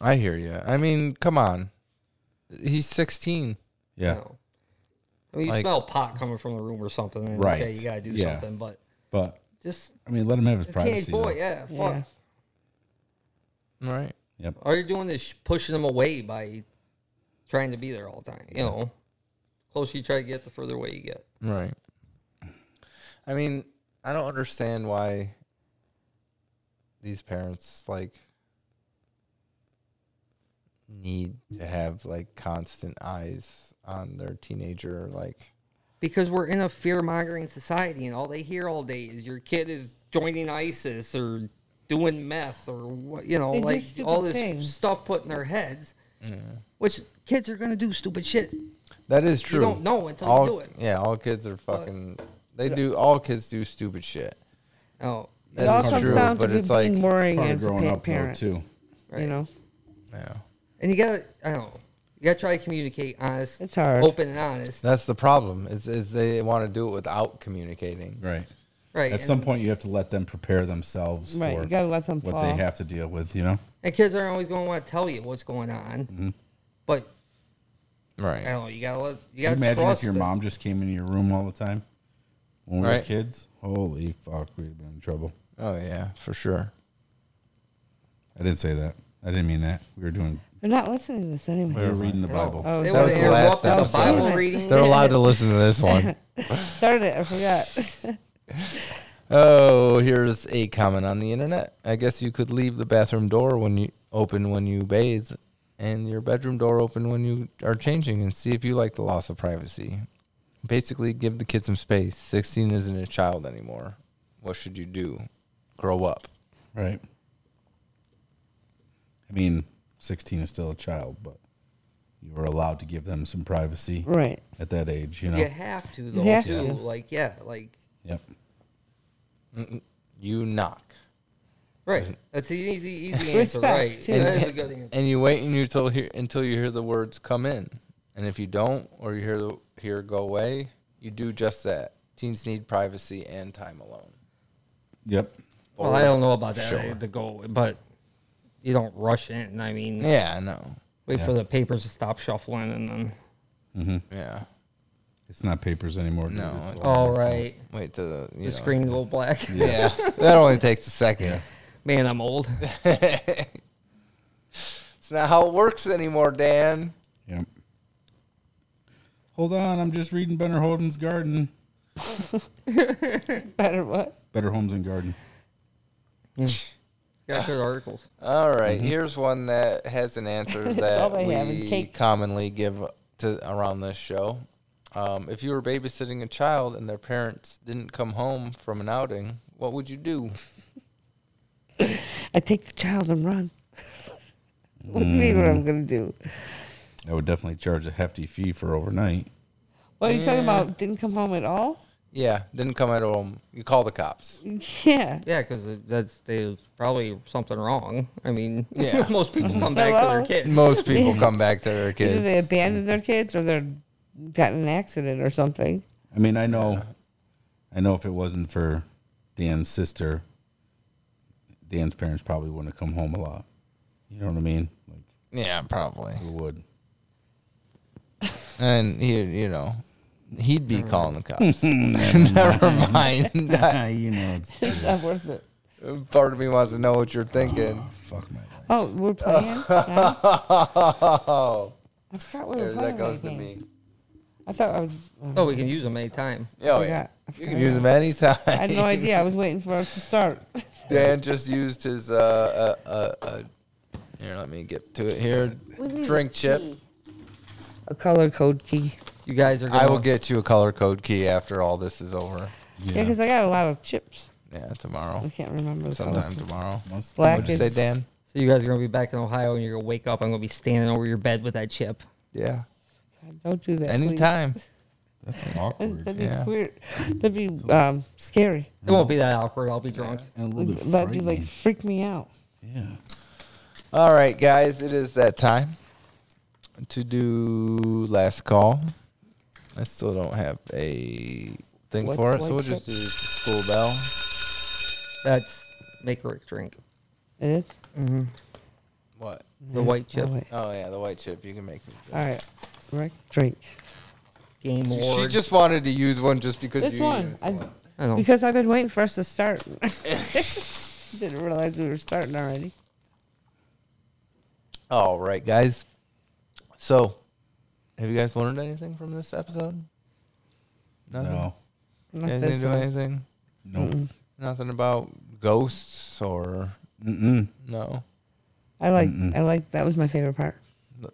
[SPEAKER 2] I hear you. I mean, come on. He's 16.
[SPEAKER 11] Yeah.
[SPEAKER 10] No. I mean, you
[SPEAKER 2] Like-
[SPEAKER 10] smell pot coming from the room or something. And
[SPEAKER 11] Right.
[SPEAKER 10] Okay, you gotta do
[SPEAKER 11] Yeah.
[SPEAKER 10] something, but
[SPEAKER 11] But
[SPEAKER 10] just
[SPEAKER 11] I mean, let him have his
[SPEAKER 10] a
[SPEAKER 11] privacy.
[SPEAKER 10] teenage boy,
[SPEAKER 11] though.
[SPEAKER 10] yeah, fuck.
[SPEAKER 1] Yeah.
[SPEAKER 2] All right.
[SPEAKER 11] Yep.
[SPEAKER 10] All you're doing is pushing them away by trying to be there all the time. You know, closer you try to get, the further away you get.
[SPEAKER 2] Right. I mean, I don't understand why these parents like need to have like constant eyes on their teenager like
[SPEAKER 10] Because we're in a fear mongering society, and all they hear all day is your kid is joining ISIS or doing meth or what, you know,
[SPEAKER 1] They do
[SPEAKER 10] like
[SPEAKER 1] stupid
[SPEAKER 10] all this
[SPEAKER 1] things.
[SPEAKER 10] stuff put in their heads, which kids are gonna do stupid shit.
[SPEAKER 2] that is true.
[SPEAKER 10] You don't know until
[SPEAKER 2] all,
[SPEAKER 10] you do it.
[SPEAKER 2] Yeah, all kids are fucking they do all kids do stupid shit.
[SPEAKER 10] Oh.
[SPEAKER 1] it all comes
[SPEAKER 2] true,
[SPEAKER 1] down
[SPEAKER 2] but
[SPEAKER 1] to
[SPEAKER 2] it's
[SPEAKER 1] being
[SPEAKER 2] like
[SPEAKER 1] worrying as a pa- parent You
[SPEAKER 10] Right.
[SPEAKER 1] know,
[SPEAKER 10] And you gotta, I don't know, you gotta try to communicate honest,
[SPEAKER 1] It's
[SPEAKER 2] Oh.
[SPEAKER 1] hard.
[SPEAKER 10] open and honest.
[SPEAKER 2] That's the problem. Is is they want to do it without communicating.
[SPEAKER 11] Right.
[SPEAKER 10] Right,
[SPEAKER 11] At some
[SPEAKER 10] and-
[SPEAKER 11] point, you have to let them prepare themselves
[SPEAKER 10] Right,
[SPEAKER 11] for
[SPEAKER 10] you gotta let them
[SPEAKER 11] what they
[SPEAKER 10] fall.
[SPEAKER 11] have to deal with. You know.
[SPEAKER 10] And kids aren't always gonna want to tell you what's going on,
[SPEAKER 11] Mm-hmm.
[SPEAKER 10] but
[SPEAKER 2] Right.
[SPEAKER 10] I don't know, you gotta let, you
[SPEAKER 11] Could
[SPEAKER 10] gotta
[SPEAKER 11] imagine
[SPEAKER 10] trust
[SPEAKER 11] if your
[SPEAKER 10] them.
[SPEAKER 11] mom just came into your room all the time When we were kids, holy fuck, we'd have been in trouble.
[SPEAKER 2] Oh yeah, for sure.
[SPEAKER 11] I didn't say that. I didn't mean that. We were doing.
[SPEAKER 1] They're not listening to this anyway.
[SPEAKER 11] We were reading the Bible.
[SPEAKER 1] Oh,
[SPEAKER 2] that was the last
[SPEAKER 1] that was
[SPEAKER 2] episode.
[SPEAKER 1] the Bible reading.
[SPEAKER 2] They're allowed to listen to this one.
[SPEAKER 1] Start it. I forgot.
[SPEAKER 2] Oh, here's a comment on the internet. I guess you could leave the bathroom door when you open when you bathe, and your bedroom door open when you are changing, and see if you like the loss of privacy. Basically, give the kid some space. Sixteen isn't a child anymore. What should you do? Grow up.
[SPEAKER 11] Right. I mean, 16 is still a child, but you were allowed to give them some privacy.
[SPEAKER 1] Right.
[SPEAKER 11] At that age, you know.
[SPEAKER 10] You have to though
[SPEAKER 1] have
[SPEAKER 10] too.
[SPEAKER 1] to.
[SPEAKER 10] Like yeah, like
[SPEAKER 11] Yep.
[SPEAKER 2] Mm-mm. You knock.
[SPEAKER 10] right. That's an easy easy answer.
[SPEAKER 1] Respect,
[SPEAKER 10] Right.
[SPEAKER 1] too.
[SPEAKER 10] That is a good answer.
[SPEAKER 2] And you wait and you till hear, until you hear the words come in, and if you don't, or you hear the hear go away, you do just that. Teens need privacy and time alone.
[SPEAKER 11] Yep.
[SPEAKER 10] Well, I don't know about that.
[SPEAKER 2] Sure.
[SPEAKER 10] The goal, but you don't rush in. I mean,
[SPEAKER 2] Yeah, I know.
[SPEAKER 10] Wait
[SPEAKER 11] Yeah.
[SPEAKER 10] for the papers to stop shuffling and then.
[SPEAKER 11] Mm-hmm.
[SPEAKER 2] Yeah.
[SPEAKER 11] It's not papers anymore. dude.
[SPEAKER 2] No,
[SPEAKER 11] It's uh,
[SPEAKER 2] it's-
[SPEAKER 11] all-
[SPEAKER 10] All right.
[SPEAKER 2] Wait till the, you
[SPEAKER 10] uh, The
[SPEAKER 2] know.
[SPEAKER 10] screen go black.
[SPEAKER 2] Yeah, that only takes a second.
[SPEAKER 10] Man, I'm old.
[SPEAKER 2] it's not how it works anymore, Dan.
[SPEAKER 11] Yep. Hold on, I'm just reading Better Homes Garden.
[SPEAKER 1] Better what?
[SPEAKER 11] Better Homes and Garden.
[SPEAKER 10] Got good articles.
[SPEAKER 2] All right, here's one that has an answer that
[SPEAKER 1] Mm-hmm. all I have, and
[SPEAKER 2] we
[SPEAKER 1] cake.
[SPEAKER 2] commonly give to around this show. Um, if you were babysitting a child and their parents didn't come home from an outing, what would you do?
[SPEAKER 1] I take the child and run. what do you mean what I'm going to do?
[SPEAKER 11] I would definitely charge a hefty fee for overnight.
[SPEAKER 1] What are you talking about? Didn't come home at all?
[SPEAKER 2] Yeah, didn't come at home. You call the cops.
[SPEAKER 1] Yeah.
[SPEAKER 10] Yeah, because that's there's probably something wrong. I mean,
[SPEAKER 2] Yeah.
[SPEAKER 10] most people come back to their
[SPEAKER 1] Hello?
[SPEAKER 10] kids.
[SPEAKER 2] Most people come back to their
[SPEAKER 1] Either they
[SPEAKER 2] kids.
[SPEAKER 1] abandoned their kids or they're got in an accident or something.
[SPEAKER 11] I mean, I know, I know if it wasn't for Dan's sister, Dan's parents probably wouldn't have come home a lot. You know what I mean? Like,
[SPEAKER 2] Yeah, probably.
[SPEAKER 11] who would?
[SPEAKER 2] And he, you know, he'd be calling the cops. Never mind.
[SPEAKER 11] you know, it's-
[SPEAKER 1] It's not worth it.
[SPEAKER 2] Part of me wants to know what you're thinking.
[SPEAKER 11] fuck my life.
[SPEAKER 1] Oh, we're playing? now?
[SPEAKER 2] Oh,
[SPEAKER 1] I forgot we were
[SPEAKER 2] there
[SPEAKER 1] playing.
[SPEAKER 2] that goes to
[SPEAKER 1] game.
[SPEAKER 2] me.
[SPEAKER 1] I thought I was.
[SPEAKER 10] Oh, we can use them anytime.
[SPEAKER 2] Oh yeah,
[SPEAKER 1] I forgot. I
[SPEAKER 2] you
[SPEAKER 1] forgot.
[SPEAKER 2] can use them anytime.
[SPEAKER 1] I had no idea. I was waiting for us to start.
[SPEAKER 2] Dan just used his uh uh uh. uh here, let me get to it here. Drink chip.
[SPEAKER 1] A color code key.
[SPEAKER 10] You guys are. Gonna,
[SPEAKER 2] I will get you a color code key after all this is over.
[SPEAKER 1] Yeah, because I got a lot of chips.
[SPEAKER 2] Yeah, tomorrow.
[SPEAKER 1] I can't remember the colors.
[SPEAKER 2] Sometime tomorrow.
[SPEAKER 11] Most
[SPEAKER 1] Black
[SPEAKER 2] What'd you
[SPEAKER 1] is-
[SPEAKER 2] say, Dan?
[SPEAKER 10] So you guys are gonna be back in Ohio, and you're gonna wake up. I'm gonna be standing over your bed with that chip.
[SPEAKER 2] Yeah.
[SPEAKER 1] Don't do that. please.
[SPEAKER 2] Anytime.
[SPEAKER 11] That's awkward
[SPEAKER 1] That'd be
[SPEAKER 2] Yeah.
[SPEAKER 1] weird. That'd be um, scary.
[SPEAKER 10] It won't be that awkward. I'll be drunk.
[SPEAKER 11] and a little bit
[SPEAKER 1] That'd be like
[SPEAKER 11] frightening.
[SPEAKER 1] freak me out.
[SPEAKER 11] Yeah.
[SPEAKER 2] All right, guys, it is that time to do last call. I still don't have a thing
[SPEAKER 1] What-
[SPEAKER 2] for it, so we'll
[SPEAKER 1] what
[SPEAKER 2] just do school bell.
[SPEAKER 10] That's make Rick drink
[SPEAKER 1] It is?
[SPEAKER 2] What?
[SPEAKER 10] the white chip
[SPEAKER 1] Oh, wait.
[SPEAKER 2] Oh yeah, the white chip. You can make me.
[SPEAKER 1] All right. Rick, drink.
[SPEAKER 10] game
[SPEAKER 2] She
[SPEAKER 10] lord.
[SPEAKER 2] just wanted to use one just because
[SPEAKER 1] This
[SPEAKER 2] you
[SPEAKER 1] one.
[SPEAKER 2] used
[SPEAKER 1] I,
[SPEAKER 2] one.
[SPEAKER 10] I don't.
[SPEAKER 1] because I've been waiting for us to start. Didn't realize we were starting already.
[SPEAKER 2] All right, guys. So, have you guys learned anything from this episode? Nothing.
[SPEAKER 11] No.
[SPEAKER 1] Not
[SPEAKER 2] You guys
[SPEAKER 1] this
[SPEAKER 2] didn't do
[SPEAKER 1] one.
[SPEAKER 2] anything.
[SPEAKER 11] No.
[SPEAKER 2] Nothing about ghosts or
[SPEAKER 11] Mm-mm.
[SPEAKER 2] no.
[SPEAKER 1] I like. I like. That was my favorite part.
[SPEAKER 2] Th-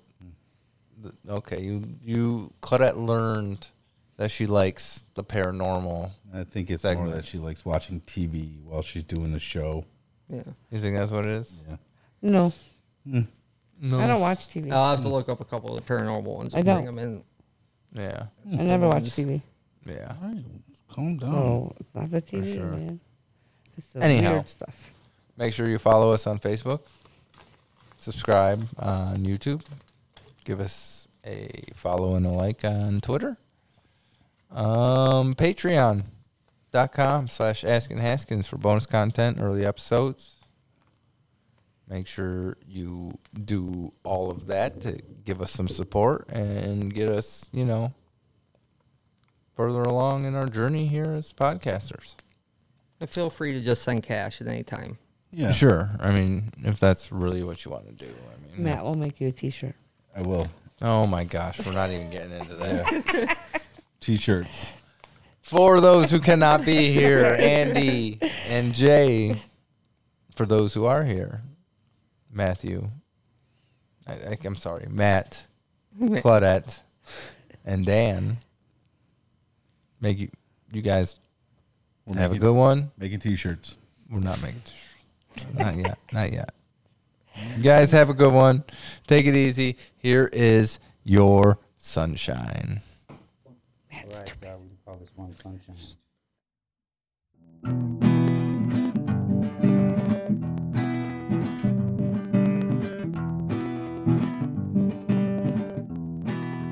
[SPEAKER 2] Okay, you you Claudette learned that she likes the paranormal.
[SPEAKER 11] I think it's
[SPEAKER 2] Segment.
[SPEAKER 11] more that she likes watching TV while she's doing the show.
[SPEAKER 10] Yeah.
[SPEAKER 2] You think that's what it is?
[SPEAKER 1] No,
[SPEAKER 2] No.
[SPEAKER 1] I don't watch TV.
[SPEAKER 2] Oh.
[SPEAKER 10] I'll have to look up a couple of the paranormal ones.
[SPEAKER 1] I
[SPEAKER 10] and
[SPEAKER 1] don't.
[SPEAKER 10] Bring them in.
[SPEAKER 2] Yeah.
[SPEAKER 1] I never watch TV.
[SPEAKER 2] Yeah.
[SPEAKER 11] All right, calm down.
[SPEAKER 1] Oh, it's not the TV,
[SPEAKER 2] sure.
[SPEAKER 1] man. It's the
[SPEAKER 2] Anyhow.
[SPEAKER 1] weird stuff.
[SPEAKER 2] Make sure you follow us on Facebook. Subscribe on YouTube. Give us a follow and a like on Twitter. Um, Patreon.com slash Askin Haskins for bonus content, early episodes. Make sure you do all of that to give us some support and get us, you know, further along in our journey here as podcasters.
[SPEAKER 10] And feel free to just send cash at any time.
[SPEAKER 2] Yeah. Sure. I mean, if that's really what you want to do. I mean,
[SPEAKER 15] Matt will make you a T-shirt.
[SPEAKER 11] I will.
[SPEAKER 2] Oh my gosh, we're not even getting into that.
[SPEAKER 11] T-shirts.
[SPEAKER 2] For those who cannot be here, Andy and Jay. For those who are here, Matthew. I, I, I'm sorry, Matt, Claudette, and Dan. Make you, you guys
[SPEAKER 11] We're
[SPEAKER 2] have
[SPEAKER 11] making-
[SPEAKER 2] a good one.
[SPEAKER 11] Making T-shirts.
[SPEAKER 2] We're not making t-shirts. not yet. Not yet. You guys have a good one. Take it easy. Here is your sunshine.
[SPEAKER 16] That's right, that would call this one sunshine.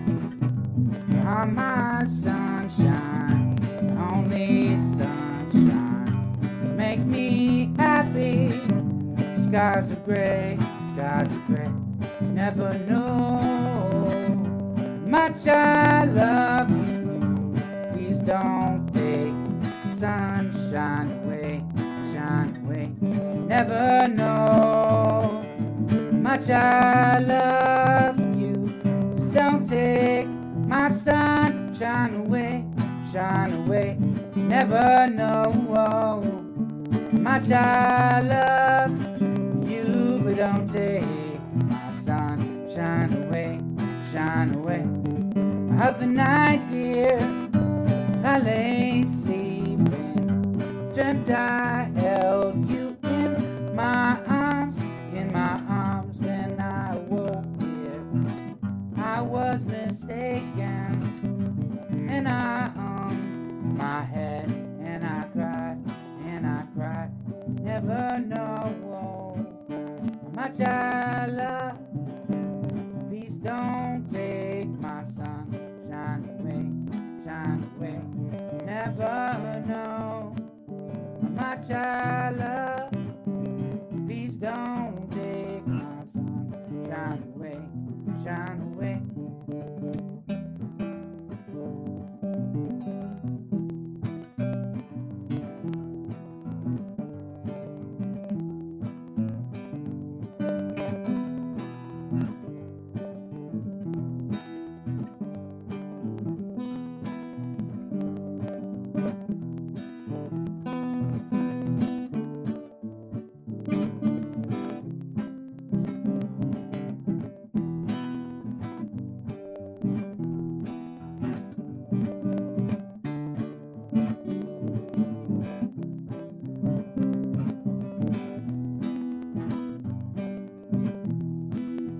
[SPEAKER 1] You're my sunshine, only sunshine. Make me happy. Skies are gray, skies are gray. Never know much I love you. Please don't take sunshine away, shine away. Never know much I love you. Please don't take my sun, shine away, shine away. You never know much I love you, but don't take my sun, shine away, shine away. Other night, dear, as I lay sleeping, dreamt I held you in my arms, in my arms when I woke here. I was mistaken, and I hung my head and I cried and I cried. Never know how much I love. Please don't take my son, shine away, shine away. Never know how much I love. Please don't take my son, shine away, shine away.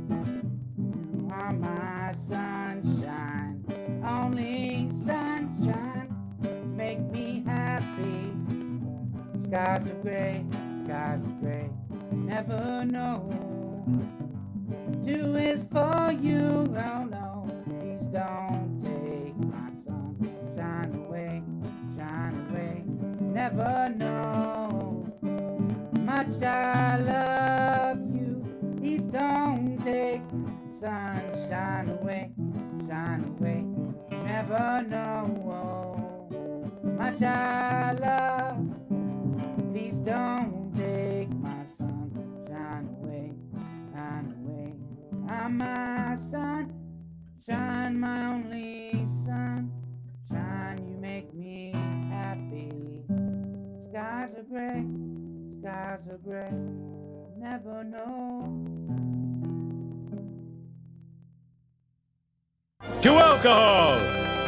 [SPEAKER 1] You are my sunshine, only sunshine. Make me happy. Skies are gray, skies are gray. Never know. Do is for you, oh no. Please don't take my sunshine away, shine away. Never know. Much I love you. Please don't take sunshine away, shine away. Never know much I love. Please don't take my sunshine away, shine away. I'm my sun, shine my only sun, shine. You make me happy. Skies are gray, skies are gray. Never know.
[SPEAKER 8] To alcohol,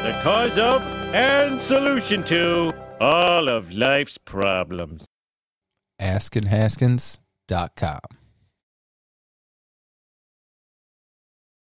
[SPEAKER 8] the cause of and solution to all of life's problems.
[SPEAKER 2] AskinHaskins.com.